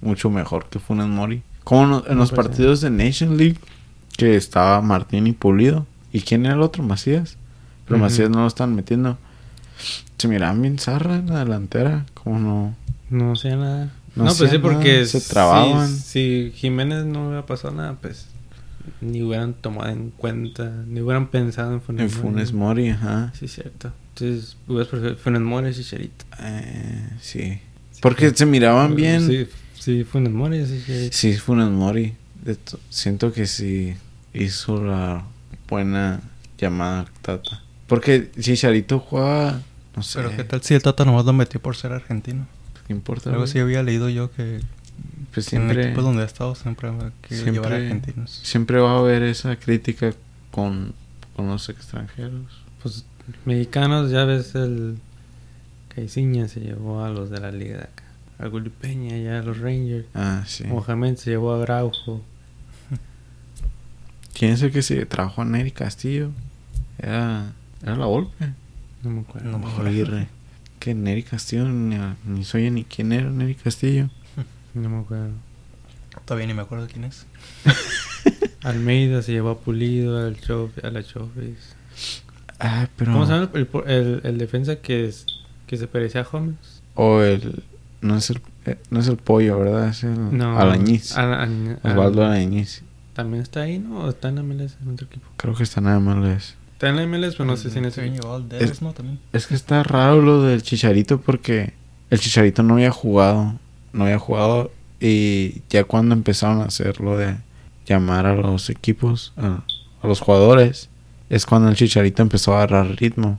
Speaker 1: Mucho mejor que Funes Mori. Como no- en los
Speaker 4: 100%.
Speaker 1: partidos de Nation League, que estaba Martín y Pulido. ¿Y quién era el otro? Macías. Pero
Speaker 4: Ujú.
Speaker 1: Macías no lo están metiendo. Se miraban bien zarra en la delantera. Como no.
Speaker 4: No hacía nada.
Speaker 1: No
Speaker 4: No, pues sí,
Speaker 1: hacía nada,
Speaker 4: porque
Speaker 1: se
Speaker 4: si-
Speaker 1: trababan.
Speaker 4: Si, Jiménez no hubiera pasado nada, pues ni hubieran tomado en cuenta, ni hubieran pensado en Funes
Speaker 1: En Funes
Speaker 4: Mori.
Speaker 1: Mori, ajá.
Speaker 4: Sí, cierto. Entonces, hubieras preferido Funes Mori y Chicharito.
Speaker 1: Eh, sí. Porque se miraban bien.
Speaker 4: pues, Sí, sí, Funes Mori y Chicharito.
Speaker 1: Sí, Funes Mori. de to- siento que sí hizo la buena llamada Tata. Porque Chicharito juega, no sé,
Speaker 3: Pero qué tal si el Tata nomás lo metió por ser argentino.
Speaker 1: ¿qué importa?
Speaker 3: Algo
Speaker 1: güey?
Speaker 3: así había leído yo que
Speaker 1: Pues
Speaker 3: en el
Speaker 1: siempre,
Speaker 3: equipo donde ha estado siempre ha querido llevar
Speaker 1: Siempre-
Speaker 3: argentinos.
Speaker 1: siempre va a haber esa crítica con, con los extranjeros.
Speaker 4: Pues mexicanos, ya ves el... Caiciña se llevó a los de la liga de acá. A Gulli Peña ya a los Rangers.
Speaker 1: Ah, sí.
Speaker 4: Mohamed se llevó a Graujo.
Speaker 1: ¿Quién es el que se trajo a Neri Castillo? Era, era la golpe.
Speaker 4: No me acuerdo.
Speaker 3: No me acuerdo.
Speaker 1: Aguirre. Que Neri Castillo, ni, ni soy ni quién era Neri Castillo.
Speaker 4: No me acuerdo.
Speaker 3: Todavía ni me acuerdo quién es.
Speaker 4: Almeida se llevó a Pulido, al Chof- a la Chofis.
Speaker 1: Ah, pero...
Speaker 4: ¿Cómo se llama el, el- el- el defensa que, es, que se parecía a Holmes?
Speaker 1: O el. No es el, eh, no es el pollo, ¿verdad? Es el. Alañiz.
Speaker 4: Ala- Añ-
Speaker 1: Osvaldo
Speaker 4: Al-
Speaker 1: Alañiz.
Speaker 4: ¿También está ahí, no? ¿O está en la MLS en otro equipo?
Speaker 1: Creo que está nada mal. Es.
Speaker 4: Está en la MLS, pero no sé si en
Speaker 3: se
Speaker 4: ese
Speaker 3: habían
Speaker 4: equipo.
Speaker 3: llevado al Devils,
Speaker 1: Es-
Speaker 3: ¿no? También.
Speaker 1: es que está raro lo del chicharito porque el chicharito no había jugado. No había jugado. Y ya cuando empezaron a hacer lo de llamar a los equipos, a, a los jugadores, es cuando el chicharito empezó a agarrar ritmo.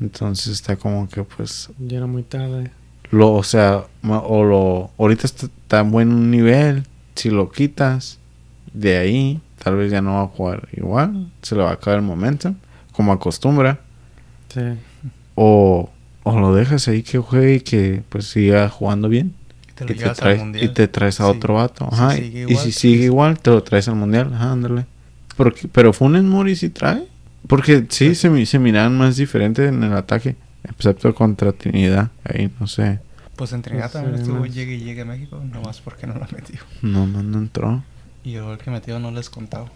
Speaker 1: Entonces está como que pues
Speaker 4: Ya era muy tarde.
Speaker 1: lo, o sea, ma- o lo, ahorita está tan buen nivel, si lo quitas de ahí, tal vez ya no va a jugar igual, se le va a acabar el momento, como acostumbra,
Speaker 4: Sí.
Speaker 1: o, o lo dejas ahí que juegue y que pues siga jugando bien.
Speaker 3: Y te
Speaker 1: Y
Speaker 3: lo
Speaker 1: te,
Speaker 3: llevas al
Speaker 1: traes,
Speaker 3: mundial.
Speaker 1: y te traes a
Speaker 3: Sí.
Speaker 1: otro vato.
Speaker 3: Si
Speaker 1: Ajá,
Speaker 3: sigue
Speaker 1: y
Speaker 3: igual, pues.
Speaker 1: si
Speaker 3: te
Speaker 1: sigue
Speaker 3: traes-
Speaker 1: igual, te lo traes al mundial. Ajá, ándale. Porque, pero Funes Mori sí trae. Porque sí,
Speaker 3: Sí.
Speaker 1: Se, mi- se miraban más diferentes en el ataque. Excepto contra Trinidad. Ahí no sé.
Speaker 3: Pues en Trinidad
Speaker 4: Pues,
Speaker 3: también
Speaker 4: eh,
Speaker 3: estuvo
Speaker 4: más.
Speaker 3: llegue y llegue a México, nomás porque no la metió.
Speaker 1: No, no, no entró.
Speaker 3: Y el gol que metió no les contaba.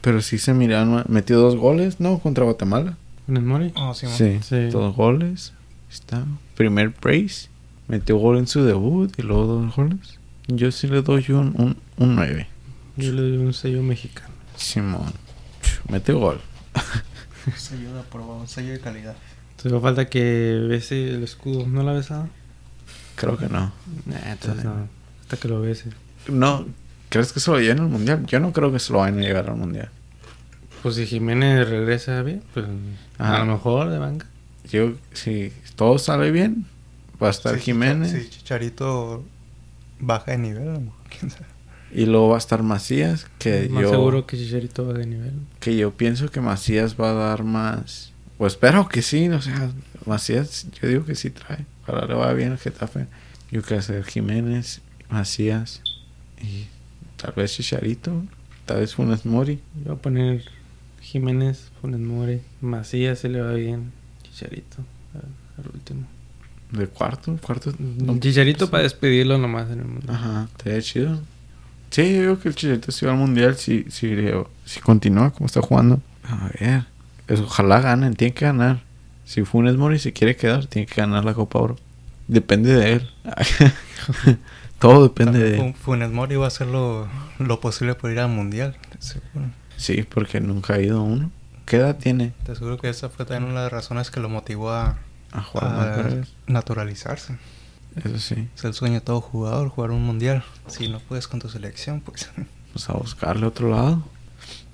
Speaker 1: Pero sí se miraban. ma- Metió dos goles, ¿no? Contra Guatemala.
Speaker 4: ¿Funes Mori?
Speaker 3: Oh, sí,
Speaker 1: Sí,
Speaker 3: mo.
Speaker 4: Sí.
Speaker 1: dos goles. Está. Primer brace. Metió gol en su debut y luego dos goles. Yo sí le doy un, un, un 9.
Speaker 4: Yo le doy un sello mexicano.
Speaker 1: Simón. Mete gol.
Speaker 3: Un sello de aproba, un sello de calidad.
Speaker 4: Entonces va falta que bese el escudo. ¿No la ha besado?
Speaker 1: Creo que no.
Speaker 4: Nah, entonces no. Hasta que lo bese.
Speaker 1: No. ¿Crees que se lo lleven al mundial? Yo no creo que se lo vayan a llevar al mundial.
Speaker 4: Pues si Jiménez regresa bien, pues
Speaker 1: Ajá.
Speaker 4: a lo mejor de banca.
Speaker 1: Yo, si todo sale bien, va a estar
Speaker 3: Sí,
Speaker 1: Jiménez
Speaker 3: Chicha- Sí, Chicharito baja de nivel, a lo mejor, quién sabe.
Speaker 1: y luego va a estar Macías, que
Speaker 4: Más
Speaker 1: Eh, yo
Speaker 4: seguro que Chicharito va de nivel.
Speaker 1: que yo pienso que Macías va a dar más. O espero que sí, o sea, Macías, yo digo que sí trae. Ojalá le va bien al Getafe. Yo creo que hacer Jiménez, Macías y tal vez Chicharito, tal vez Funes Mori.
Speaker 4: Yo voy a poner Jiménez, Funes Mori, Macías se le va bien, Chicharito al- al último. Mm,
Speaker 1: De cuarto, cuarto.
Speaker 4: Chicharito para despedirlo nomás en el mundo.
Speaker 1: Ajá, estaría chido. Sí, yo creo que el Chicharito se va al mundial si, si, le- si continúa como está jugando. A ver, es- ojalá ganen, tiene que ganar. Si Funes Mori se quiere quedar, tiene que ganar la Copa Oro. Depende de él. Todo depende de
Speaker 3: También
Speaker 1: él.
Speaker 3: Fu- Funes Mori va a hacer lo, lo posible por ir al mundial, te seguro.
Speaker 1: Sí, porque nunca ha ido a uno. ¿Qué edad tiene?
Speaker 3: Te aseguro que esa fue también una de las razones que lo motivó a,
Speaker 1: A jugar
Speaker 3: a
Speaker 1: más veces.
Speaker 3: naturalizarse.
Speaker 1: Eso sí,
Speaker 3: Es el sueño de todo jugador, jugar un mundial. Si no puedes con tu selección, pues.
Speaker 1: pues a buscarle otro lado.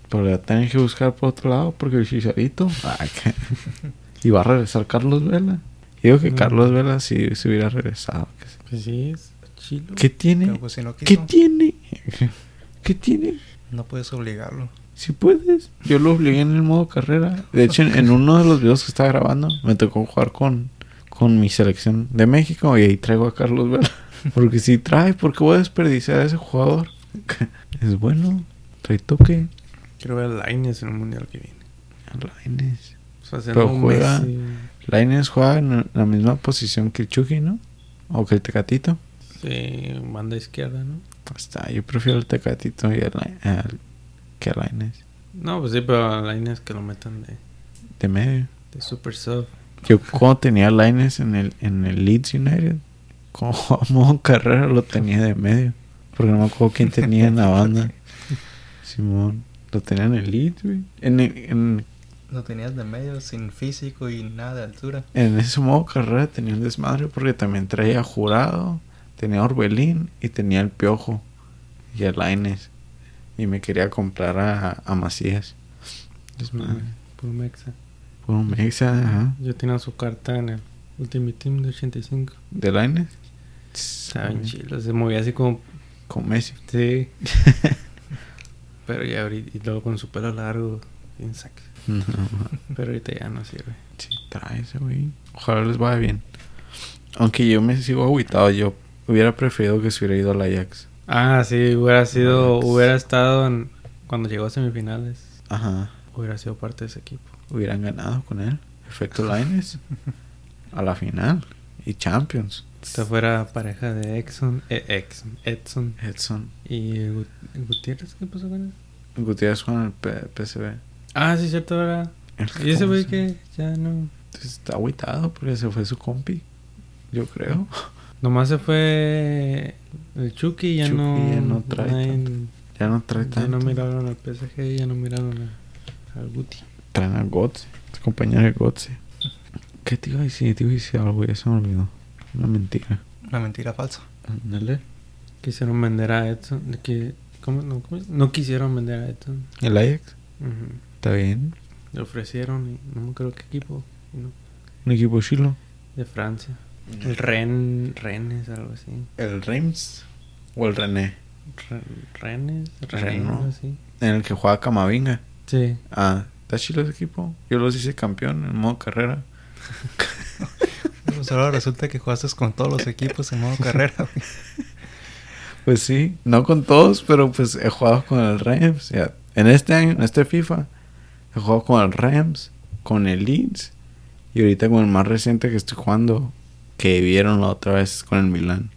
Speaker 1: Pero le tienen que buscar por otro lado porque el Chicharito. Ay, qué- y va a regresar Carlos Vela. Digo que
Speaker 4: Mm.
Speaker 1: Carlos Vela si se hubiera regresado. que sí.
Speaker 4: Pues sí, es chilo.
Speaker 1: ¿Qué tiene?
Speaker 3: Pero pues si no
Speaker 1: ¿Qué
Speaker 3: quiso,
Speaker 1: tiene? ¿Qué tiene?
Speaker 3: no puedes obligarlo.
Speaker 1: Si puedes. Yo lo obligué en el modo carrera. De hecho, en, en uno de los videos que estaba grabando, me tocó jugar con, con mi selección de México y ahí traigo a Carlos Vela. Porque si trae, ¿por qué voy a desperdiciar a ese jugador? Es bueno, trae toque.
Speaker 4: Quiero ver a Lines en el mundial que viene.
Speaker 1: Lainez.
Speaker 4: O sea, hacer
Speaker 1: Pero
Speaker 4: un
Speaker 1: juega-
Speaker 4: Messi.
Speaker 1: Lainez juega en la misma posición que el Chucky, ¿no? O que el Tecatito.
Speaker 4: Sí, banda izquierda, ¿no?
Speaker 1: Hasta yo prefiero el Tecatito y el, Lai- al- que a Lainez.
Speaker 4: No, pues sí, pero a Lainez que lo metan de,
Speaker 1: De medio.
Speaker 4: de super sub.
Speaker 1: Yo cuando tenía Lainez en el, en el Leeds United, como Carrera lo tenía de medio. Porque no me acuerdo quién tenía en la banda. Simón. Lo tenía en el Leeds, güey. En, el- en,
Speaker 3: Lo tenías de medio, sin físico y nada de altura.
Speaker 1: en ese modo Carrera tenía un desmadre porque también traía a Jurado, tenía a Orbelín y tenía el Piojo y a Lainez. Y me quería comprar a, a Macías. Desmadre.
Speaker 4: Puro Mexa.
Speaker 1: Fue un mexa, ajá.
Speaker 4: Yo tenía su carta en el Ultimate Team de 85.
Speaker 1: ¿De Lainez?
Speaker 4: Saben chido, se movía así como.
Speaker 1: Con Messi.
Speaker 4: Sí. pero ya ahorita. Y luego con su pelo largo. Bien saca.
Speaker 1: No, ma.
Speaker 4: Pero ahorita ya no sirve.
Speaker 1: Sí, trae ese güey. Ojalá les vaya bien. Aunque yo me sigo agüitado, yo hubiera preferido que se hubiera ido al Ajax.
Speaker 4: Ah, sí, hubiera sido.
Speaker 1: Max.
Speaker 4: Hubiera estado en- Cuando llegó a semifinales,
Speaker 1: Ajá.
Speaker 4: hubiera sido parte de ese equipo.
Speaker 1: Hubieran ganado con él. Efecto Lines. a la final. Y Champions.
Speaker 4: Esta fuera pareja de Exxon, eh, Exxon, Edson
Speaker 1: Edson.
Speaker 4: y Gut- Gutiérrez. ¿Qué pasó con él?
Speaker 1: Gutiérrez con el P- PSV.
Speaker 4: Ah, sí, cierto, ahora.
Speaker 1: El
Speaker 4: Y ese güey
Speaker 1: Thompson.
Speaker 4: que ya no.
Speaker 1: Entonces, Está agüitado porque se fue su compi. Yo creo.
Speaker 4: Nomás se fue el Chucky y ya
Speaker 1: Chucky
Speaker 4: no.
Speaker 1: ya no trae
Speaker 4: nadie-
Speaker 1: Ya no trae
Speaker 4: Ya no
Speaker 1: tanto.
Speaker 4: miraron al PSG, ya no miraron a- al Guti.
Speaker 1: Traen a Gotze. Su compañero de Gotze. ¿Qué te iba a decir? Te iba a decir algo y eso me olvidó. Una mentira.
Speaker 3: Una mentira falsa.
Speaker 1: Ándale.
Speaker 4: Quisieron vender a Edson. de Que, ¿cómo? No, ¿cómo es? No quisieron vender a Edson.
Speaker 1: ¿El Ajax?
Speaker 4: Ujú.
Speaker 1: Está bien.
Speaker 4: Le ofrecieron, y no me acuerdo qué equipo, no,
Speaker 1: Un equipo chilo.
Speaker 4: de Francia. El Ren, Rennes, algo así.
Speaker 1: ¿El Reims o el René?
Speaker 4: Re- Rennes, Rennes,
Speaker 1: Rennes.
Speaker 4: algo así.
Speaker 1: En el que juega Camavinga.
Speaker 4: Sí.
Speaker 1: Ah, está chido ese equipo. Yo los hice campeón en modo carrera.
Speaker 3: Pues ahora resulta que jugaste con todos los equipos en modo carrera. güey.
Speaker 1: Pues sí, no con todos, pero pues he jugado con el Reims. ya. En este año, en este FIFA, he jugado con el Reims, con el Leeds y ahorita con el más reciente que estoy jugando, que vieron la otra vez con el Milan.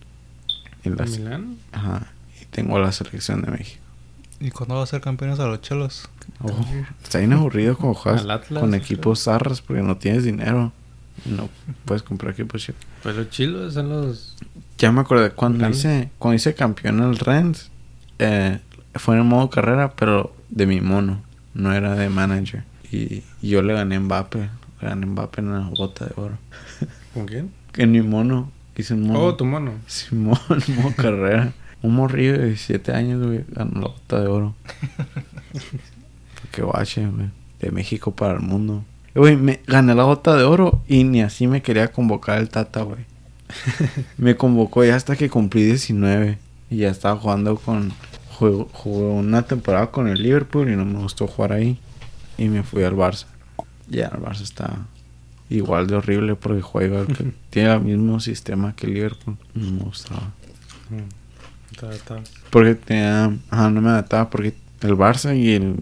Speaker 1: Y, la-
Speaker 4: Milán.
Speaker 1: ajá, y tengo a la selección de México.
Speaker 3: ¿Y cuándo va a ser campeones a los chelos?
Speaker 1: Ojo, está bien aburrido cuando juegas
Speaker 4: Oh. Al Atlas,
Speaker 1: con
Speaker 4: yo
Speaker 1: equipos zarras porque no tienes dinero. No puedes comprar equipos chidos.
Speaker 4: Pues los chilos son los.
Speaker 1: Ya me acordé, cuando
Speaker 4: Dale.
Speaker 1: hice, cuando hice campeón en el Rennes, eh, fue en modo carrera, pero de mi mono, no era de manager. Y, y yo le gané a Mbappé, le gané a Mbappé en la bota de oro.
Speaker 4: ¿Con quién?
Speaker 1: En mi mono, hice un mono.
Speaker 4: Oh, tu mono.
Speaker 1: Simón, en modo carrera. Un morrillo de 17 años, güey, ganó la bota de oro. Qué guache, güey. De México para el mundo. Güey, me gané la bota de oro y ni así me quería convocar el Tata, güey. me convocó ya hasta que cumplí 19. Y ya estaba jugando con... Jugué, jugué una temporada con el Liverpool y no me gustó jugar ahí. Y me fui al Barça. Ya, el Barça está igual de horrible porque juega... igual que- tiene el mismo sistema que el Liverpool. No me gustaba.
Speaker 4: Está- está.
Speaker 1: Porque tenía. Ajá, no me adaptaba. Porque el Barça y el,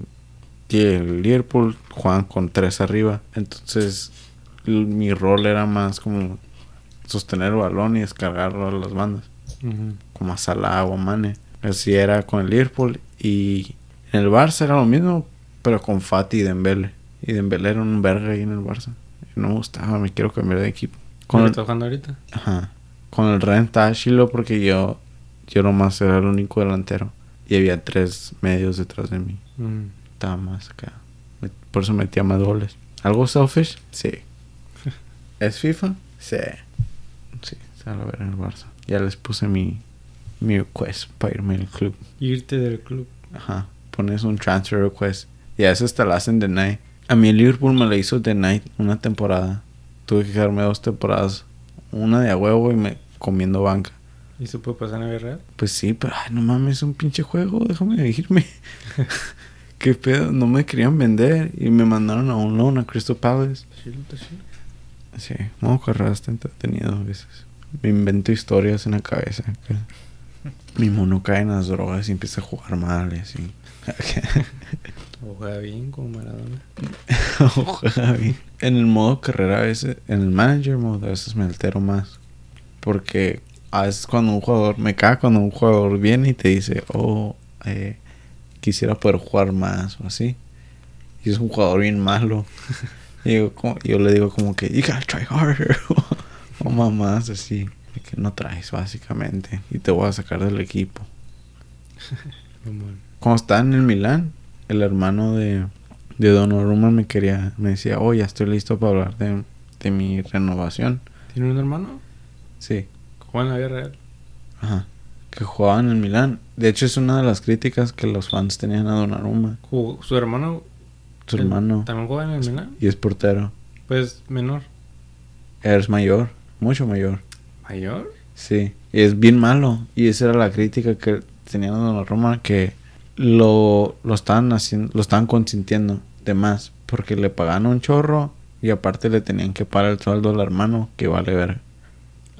Speaker 1: y el Liverpool jugaban con tres arriba. Entonces, l- mi rol era más como sostener el balón y descargarlo a las bandas.
Speaker 4: Ujú.
Speaker 1: Como a Salah o a Mane. Así era con el Liverpool. Y en el Barça era lo mismo, pero con Fati y Dembele. Y Dembele era un verga ahí en el Barça. No me gustaba, me quiero cambiar de equipo. Con
Speaker 4: ¿Cómo
Speaker 1: el-
Speaker 4: está jugando ahorita?
Speaker 1: Ajá. Con el Ren estaba chilo porque yo, yo nomás era el único delantero. Y había tres medios detrás de mí.
Speaker 4: Mm.
Speaker 1: Estaba más acá. Me- Por eso metía más goles. ¿Algo selfish? Sí. ¿Es FIFA? Sí. Sí, se lo veré en el Barça. Ya les puse mi, mi request para irme al club.
Speaker 4: Irte del club.
Speaker 1: Ajá. Pones un transfer request. Y a eso hasta la hacen deny. A mí el Liverpool me la hizo deny una temporada. Tuve que quedarme dos temporadas. Una de a huevo y me comiendo banca.
Speaker 4: ¿Y eso puede pasar en la vida real?
Speaker 1: Pues sí, pero ay, no mames, es un pinche juego. Déjame irme. ¿Qué pedo? No me querían vender y me mandaron a un loan a Crystal Palace.
Speaker 4: Chilo, está chilo.
Speaker 1: Sí, modo carrera está entretenido a veces. Me invento historias en la cabeza. acá. Mi mono cae en las drogas y empieza a jugar mal y así.
Speaker 4: O juega bien con Maradona.
Speaker 1: Juega bien. En el modo carrera a veces, en el manager mode a veces me altero más. Porque a veces cuando un jugador, me caga cuando un jugador viene y te dice, oh, eh, quisiera poder jugar más o así. Y es un jugador bien malo. Y digo, como- yo le digo como que, you gotta try harder. o mamás así. de Que no traes básicamente. Y te voy a sacar del equipo.
Speaker 4: Mamón.
Speaker 1: Cuando estaba en el Milán, el hermano de, de Donnarumma me quería, me decía, oh, ya estoy listo para hablar de, de mi renovación.
Speaker 4: ¿Tiene un hermano?
Speaker 1: Sí,
Speaker 4: Juan en la vida real.
Speaker 1: ajá. Que jugaba en el Milán. De hecho, es una de las críticas que los fans tenían a Donnarumma,
Speaker 4: Jugó- Su hermano.
Speaker 1: su
Speaker 4: el-
Speaker 1: hermano,
Speaker 4: ¿También juega en el Milán?
Speaker 1: y es portero.
Speaker 4: Pues menor.
Speaker 1: Es mayor, mucho mayor.
Speaker 4: ¿Mayor?
Speaker 1: Sí, y es bien malo. Y esa era la crítica que tenían a Donnarumma, que lo, lo, estaban haciendo, lo estaban consintiendo de más, porque le pagaban un chorro y aparte le tenían que pagar el sueldo al hermano, que vale verga.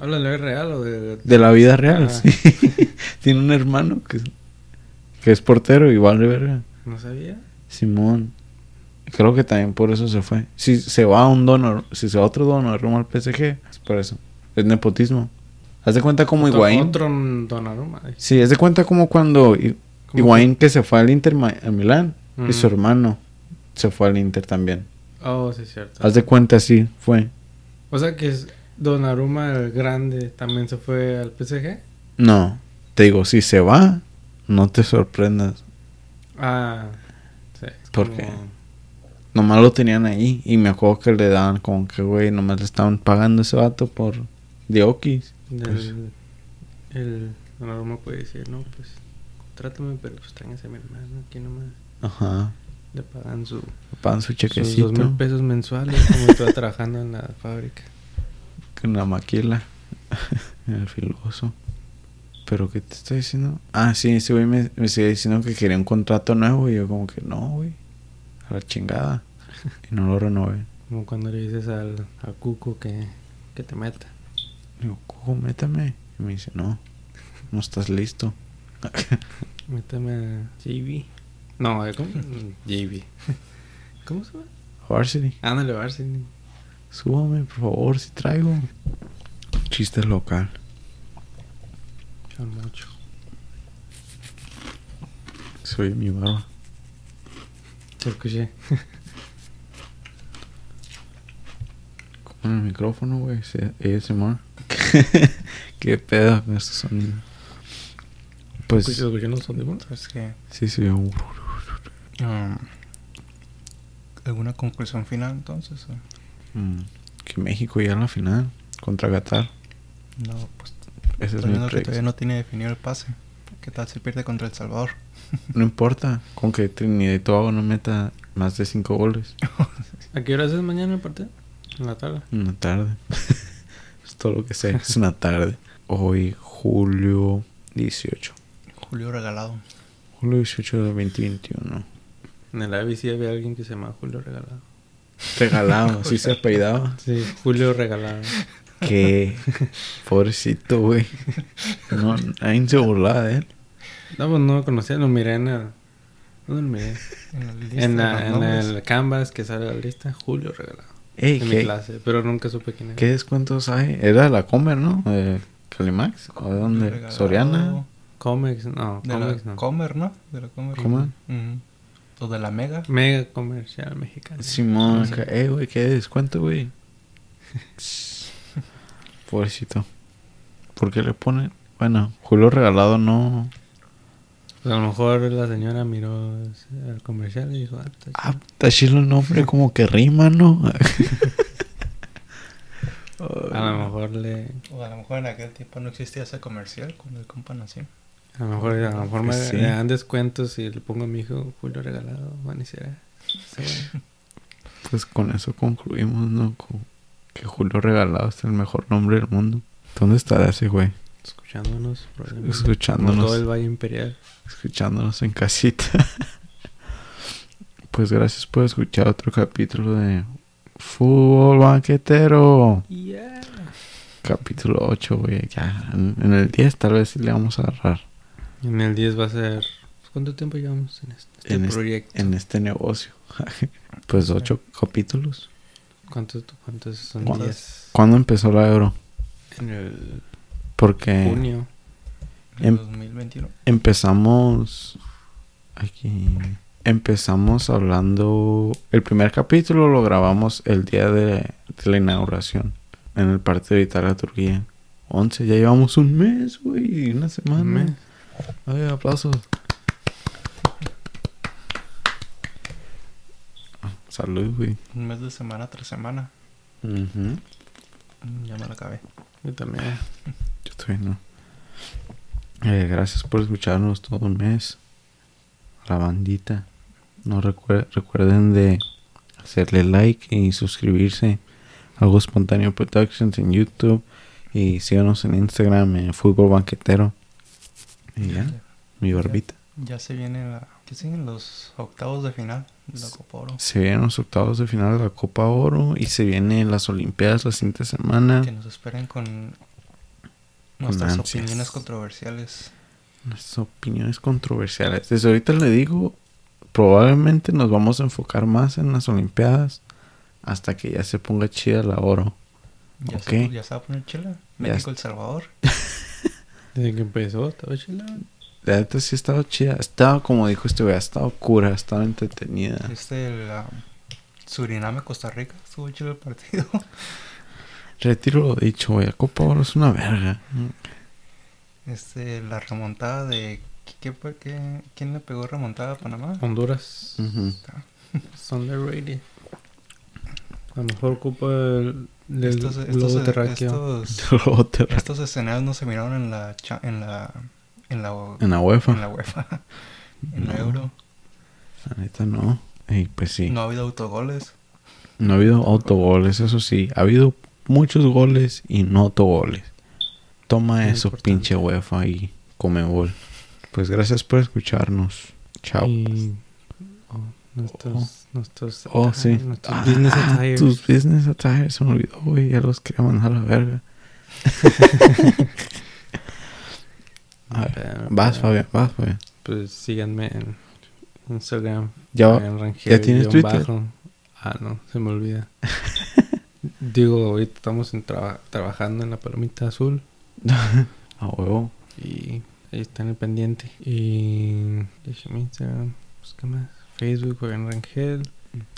Speaker 4: ¿Habla de la vida real o de.?
Speaker 1: De la vida real,
Speaker 4: Ah.
Speaker 1: sí. Tiene un hermano que, que es portero y vale verga.
Speaker 4: No sabía.
Speaker 1: Simón. Creo que también por eso se fue. Si se va un donor, si se va otro Donnarumma al PSG, es por eso. Es nepotismo. Haz de cuenta como
Speaker 4: Otro-
Speaker 1: Higuaín.
Speaker 4: Otro Donnarumma. ay.
Speaker 1: Sí, es de cuenta como cuando I-
Speaker 4: ¿Cómo
Speaker 1: Higuaín que se fue al Inter Ma- a Milán y
Speaker 4: Ujú.
Speaker 1: su hermano se fue al Inter también.
Speaker 4: Oh, sí, es cierto.
Speaker 1: Haz de cuenta así fue.
Speaker 4: O sea que es- Donnarumma el grande también se fue al PSG.
Speaker 1: No, te digo, si se va, no te sorprendas.
Speaker 4: Ah. Sí. es
Speaker 1: ¿Por
Speaker 4: como-
Speaker 1: qué? Nomás lo tenían ahí y me acuerdo que le daban como que, güey, nomás le estaban pagando a ese vato por Dioquis. Pues-
Speaker 4: El, el Donnarumma puede decir, no, pues contrátame, pero pues tráigase a mi hermano. Aquí nomás
Speaker 1: Ajá,
Speaker 4: le pagan su,
Speaker 1: le pagan su
Speaker 4: sus dos mil
Speaker 1: chequecito
Speaker 4: pesos mensuales como estaba trabajando en la fábrica.
Speaker 1: con la maquila. El filoso. ¿Pero qué te estoy diciendo? Ah, sí, ese güey me, me sigue diciendo que quería un contrato nuevo y yo como que no, güey. A la chingada. Y no lo renové.
Speaker 4: Como cuando le dices al, a Cuco que, que te meta.
Speaker 1: Digo, Cuco, métame. Y me dice, no, no estás listo.
Speaker 4: Métame a JB. No, eh, ¿cómo? JB. ¿Cómo se llama?
Speaker 1: Varsity,
Speaker 4: Ándale, Varsity.
Speaker 1: súbame, por favor, si traigo. Chiste local.
Speaker 4: Son mucho.
Speaker 1: Soy mi barba.
Speaker 4: Te escuché.
Speaker 1: Como en el micrófono, güey. se- ASMR. qué pedo con estos sonidos. Pues,
Speaker 4: ¿Escuché escuché en los audífonos?
Speaker 3: Entonces, ¿qué?
Speaker 1: sí, sí, un...
Speaker 3: Pues Um, ¿Alguna conclusión final entonces? o?
Speaker 1: Mm, que México ya en la final contra Qatar.
Speaker 3: No, pues
Speaker 1: Esa es
Speaker 3: estoy
Speaker 1: mi
Speaker 3: viendo que
Speaker 1: predicción.
Speaker 3: todavía no tiene definido el pase. ¿Qué tal si pierde contra El Salvador?
Speaker 1: No importa, con que Trinidad y Tobago no meta más de 5 goles
Speaker 4: ¿A qué hora es mañana el partido? En la tarde.
Speaker 1: una tarde. es todo lo que sé, es una tarde. Hoy, julio 18.
Speaker 3: Julio regalado.
Speaker 1: Julio 18 de 2021.
Speaker 4: En el ABC había alguien que se llama Julio Regalado.
Speaker 1: Regalado, sí se apellidaba.
Speaker 4: Sí, Julio Regalado.
Speaker 1: Que pobrecito, güey. No, nadie se burlaba de él.
Speaker 4: No, pues no lo conocía, lo miré en el... ¿Dónde lo miré?
Speaker 3: En la lista.
Speaker 4: En,
Speaker 3: de
Speaker 4: la-
Speaker 3: los
Speaker 4: en
Speaker 3: nombres.
Speaker 4: el Canvas que sale la lista, Julio Regalado.
Speaker 1: Ey,
Speaker 4: en mi
Speaker 1: ¿qué,
Speaker 4: clase, pero nunca supe quién era.
Speaker 1: ¿qué descuentos hay? Era la Comer, ¿no? De Calimax. ¿O de
Speaker 3: Julio
Speaker 1: dónde?
Speaker 3: regalado
Speaker 1: Soriana.
Speaker 4: Comex, no,
Speaker 3: De la
Speaker 4: Comex no.
Speaker 3: Comer, ¿no? De la Comer.
Speaker 1: ¿Cómo?
Speaker 3: Ujú. O de la Mega.
Speaker 4: Mega comercial mexicano.
Speaker 1: Simón,
Speaker 3: Sí.
Speaker 1: acá, eh, güey, qué descuento, güey. Pobrecito. ¿Por qué le ponen? Bueno, Julio Regalado no.
Speaker 4: Pues a lo mejor la señora miró ese- el comercial y dijo, ah, está
Speaker 1: Ah,
Speaker 4: chido.
Speaker 1: está chido el nombre, como que rima, ¿no?
Speaker 3: Ah,
Speaker 4: a lo mejor le...
Speaker 3: O a lo mejor en aquel tiempo no existía ese comercial cuando el compa nació.
Speaker 4: A lo mejor, a lo mejor me,
Speaker 1: Sí.
Speaker 4: le dan descuentos y le pongo a mi hijo Julio Regalado, van y será. Se va.
Speaker 1: Pues con eso concluimos, ¿no? Con- que Julio Regalado es el mejor nombre del mundo. ¿Dónde estará ese güey?
Speaker 4: Escuchándonos, probablemente. Como todo
Speaker 1: Escuchándonos,
Speaker 4: el Valle Imperial.
Speaker 1: escuchándonos en casita. pues gracias por escuchar otro capítulo de Fútbol Banquetero.
Speaker 4: Yeah.
Speaker 1: capítulo 8, güey. Ya, en, en el 10 tal vez sí le vamos a agarrar
Speaker 4: En el 10 va a ser. pues, ¿Cuánto tiempo llevamos en este, este
Speaker 1: En este-
Speaker 4: proyecto?
Speaker 1: en este negocio. pues 8 capítulos.
Speaker 4: ¿Cuántos, ¿Cuántos son
Speaker 1: ¿Cuántos?
Speaker 4: 10?
Speaker 1: ¿Cuándo empezó la euro?
Speaker 4: En el
Speaker 1: Porque
Speaker 4: junio.
Speaker 1: Em-
Speaker 3: En 2021.
Speaker 1: empezamos. Aquí. Empezamos hablando. El primer capítulo lo grabamos el día de, de la inauguración. En el partido de Italia Turquía. 11, ya llevamos un mes, güey. y Una semana.
Speaker 4: Un mes.
Speaker 1: Ay, aplausos. Salud, güey.
Speaker 3: Un mes de semana tras semana. Mm, Ya me lo acabé.
Speaker 4: Yo también.
Speaker 1: Yo estoy no. Eh, gracias por escucharnos todo un mes. A La bandita. No recuer- recuerden de hacerle like y suscribirse. Algo espontáneo Productions en YouTube. Y síganos en Instagram, en Fútbol Banquetero. Y ya, mi barbita.
Speaker 3: Ya se viene la. ¿Qué siguen los octavos de final? de La Copa Oro.
Speaker 1: Se vienen los octavos de final de la Copa Oro. Y se vienen las Olimpiadas la siguiente semana.
Speaker 3: Que nos esperen con nuestras
Speaker 1: ansias.
Speaker 3: opiniones controversiales.
Speaker 1: Nuestras opiniones controversiales. Desde ahorita le digo, probablemente nos vamos a enfocar más en las Olimpiadas hasta que ya se ponga chida la oro.
Speaker 3: Ya,
Speaker 1: Ok.
Speaker 3: se, ya se va a poner chila.
Speaker 1: Ya
Speaker 3: México, El Salvador.
Speaker 4: Desde que empezó, estaba chila.
Speaker 1: La neta sí ha estado chida. Ha estado, como dijo este güey, ha estado cura, ha estado entretenida.
Speaker 3: Este, la Suriname, Costa Rica. Estuvo chila el partido.
Speaker 1: Retiro lo dicho, güey. La Copa Oro es una verga.
Speaker 3: Este, la remontada de. ¿qué, fue que- quién le pegó remontada a Panamá?
Speaker 4: Honduras.
Speaker 1: Ujú.
Speaker 4: Es underrated. A lo mejor ocupa el, el
Speaker 3: Estos, estos, eh,
Speaker 4: globo terráqueo.
Speaker 3: estos-
Speaker 1: Luego te re-
Speaker 3: estos escenarios no se miraron en la. cha- en la. en la.
Speaker 1: En la UEFA.
Speaker 3: en la UEFA. En la
Speaker 1: No.
Speaker 3: Euro.
Speaker 1: La neta no. Y pues sí.
Speaker 3: No ha habido autogoles.
Speaker 1: No ha habido autogoles, eso sí. Ha habido muchos goles y no autogoles. Toma
Speaker 4: Muy
Speaker 1: eso,
Speaker 4: importante.
Speaker 1: pinche UEFA y Comebol. Pues gracias por escucharnos. Chao.
Speaker 4: Y oh, nuestros, nuestros,
Speaker 1: Oh, sí.
Speaker 4: attire- nuestros
Speaker 1: Ah,
Speaker 4: business attire.
Speaker 1: Tus business attires se me olvidó, güey. Ya los quería mandar a la verga. A ver,
Speaker 4: Pero,
Speaker 1: vas,
Speaker 4: Ah, pero,
Speaker 1: Fabián, vas, Fabián.
Speaker 4: Pues síganme en Instagram.
Speaker 1: Ya va-
Speaker 4: Fabián Rangel,
Speaker 1: ¿ya tienes
Speaker 4: guión
Speaker 1: Twitter?
Speaker 4: bajo. Ah, no, se me olvida. Digo, ahorita estamos en traba- trabajando en la palomita azul
Speaker 1: A huevo.
Speaker 4: y ahí está en el pendiente. Y déjame Instagram, pues, ¿qué más? Facebook, Fabián Rangel.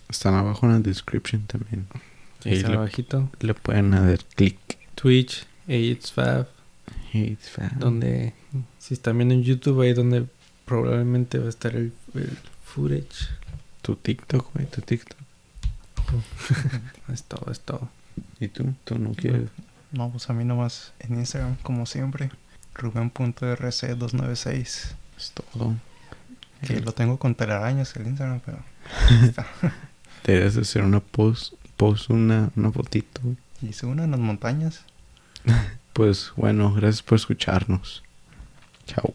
Speaker 1: Están abajo en la description también.
Speaker 4: Ahí
Speaker 1: Y
Speaker 4: está
Speaker 1: le-
Speaker 4: abajito.
Speaker 1: Le pueden dar clic.
Speaker 4: Twitch, It's Fab,
Speaker 1: It's fab.
Speaker 4: donde si están viendo en YouTube ahí donde probablemente va a estar el, el footage.
Speaker 1: Tu TikTok, güey, tu TikTok.
Speaker 4: Es todo, es todo.
Speaker 1: ¿Y tú? ¿Tú no quieres?
Speaker 3: No, pues a mí nomás en Instagram, como siempre. Rubén.rc296.
Speaker 1: Es todo.
Speaker 3: Que lo tengo con telarañas el Instagram, pero.
Speaker 1: Deberías de hacer una post, post una, una fotito. güey.
Speaker 3: Hice una en las montañas.
Speaker 1: Pues bueno, gracias por escucharnos. Chao.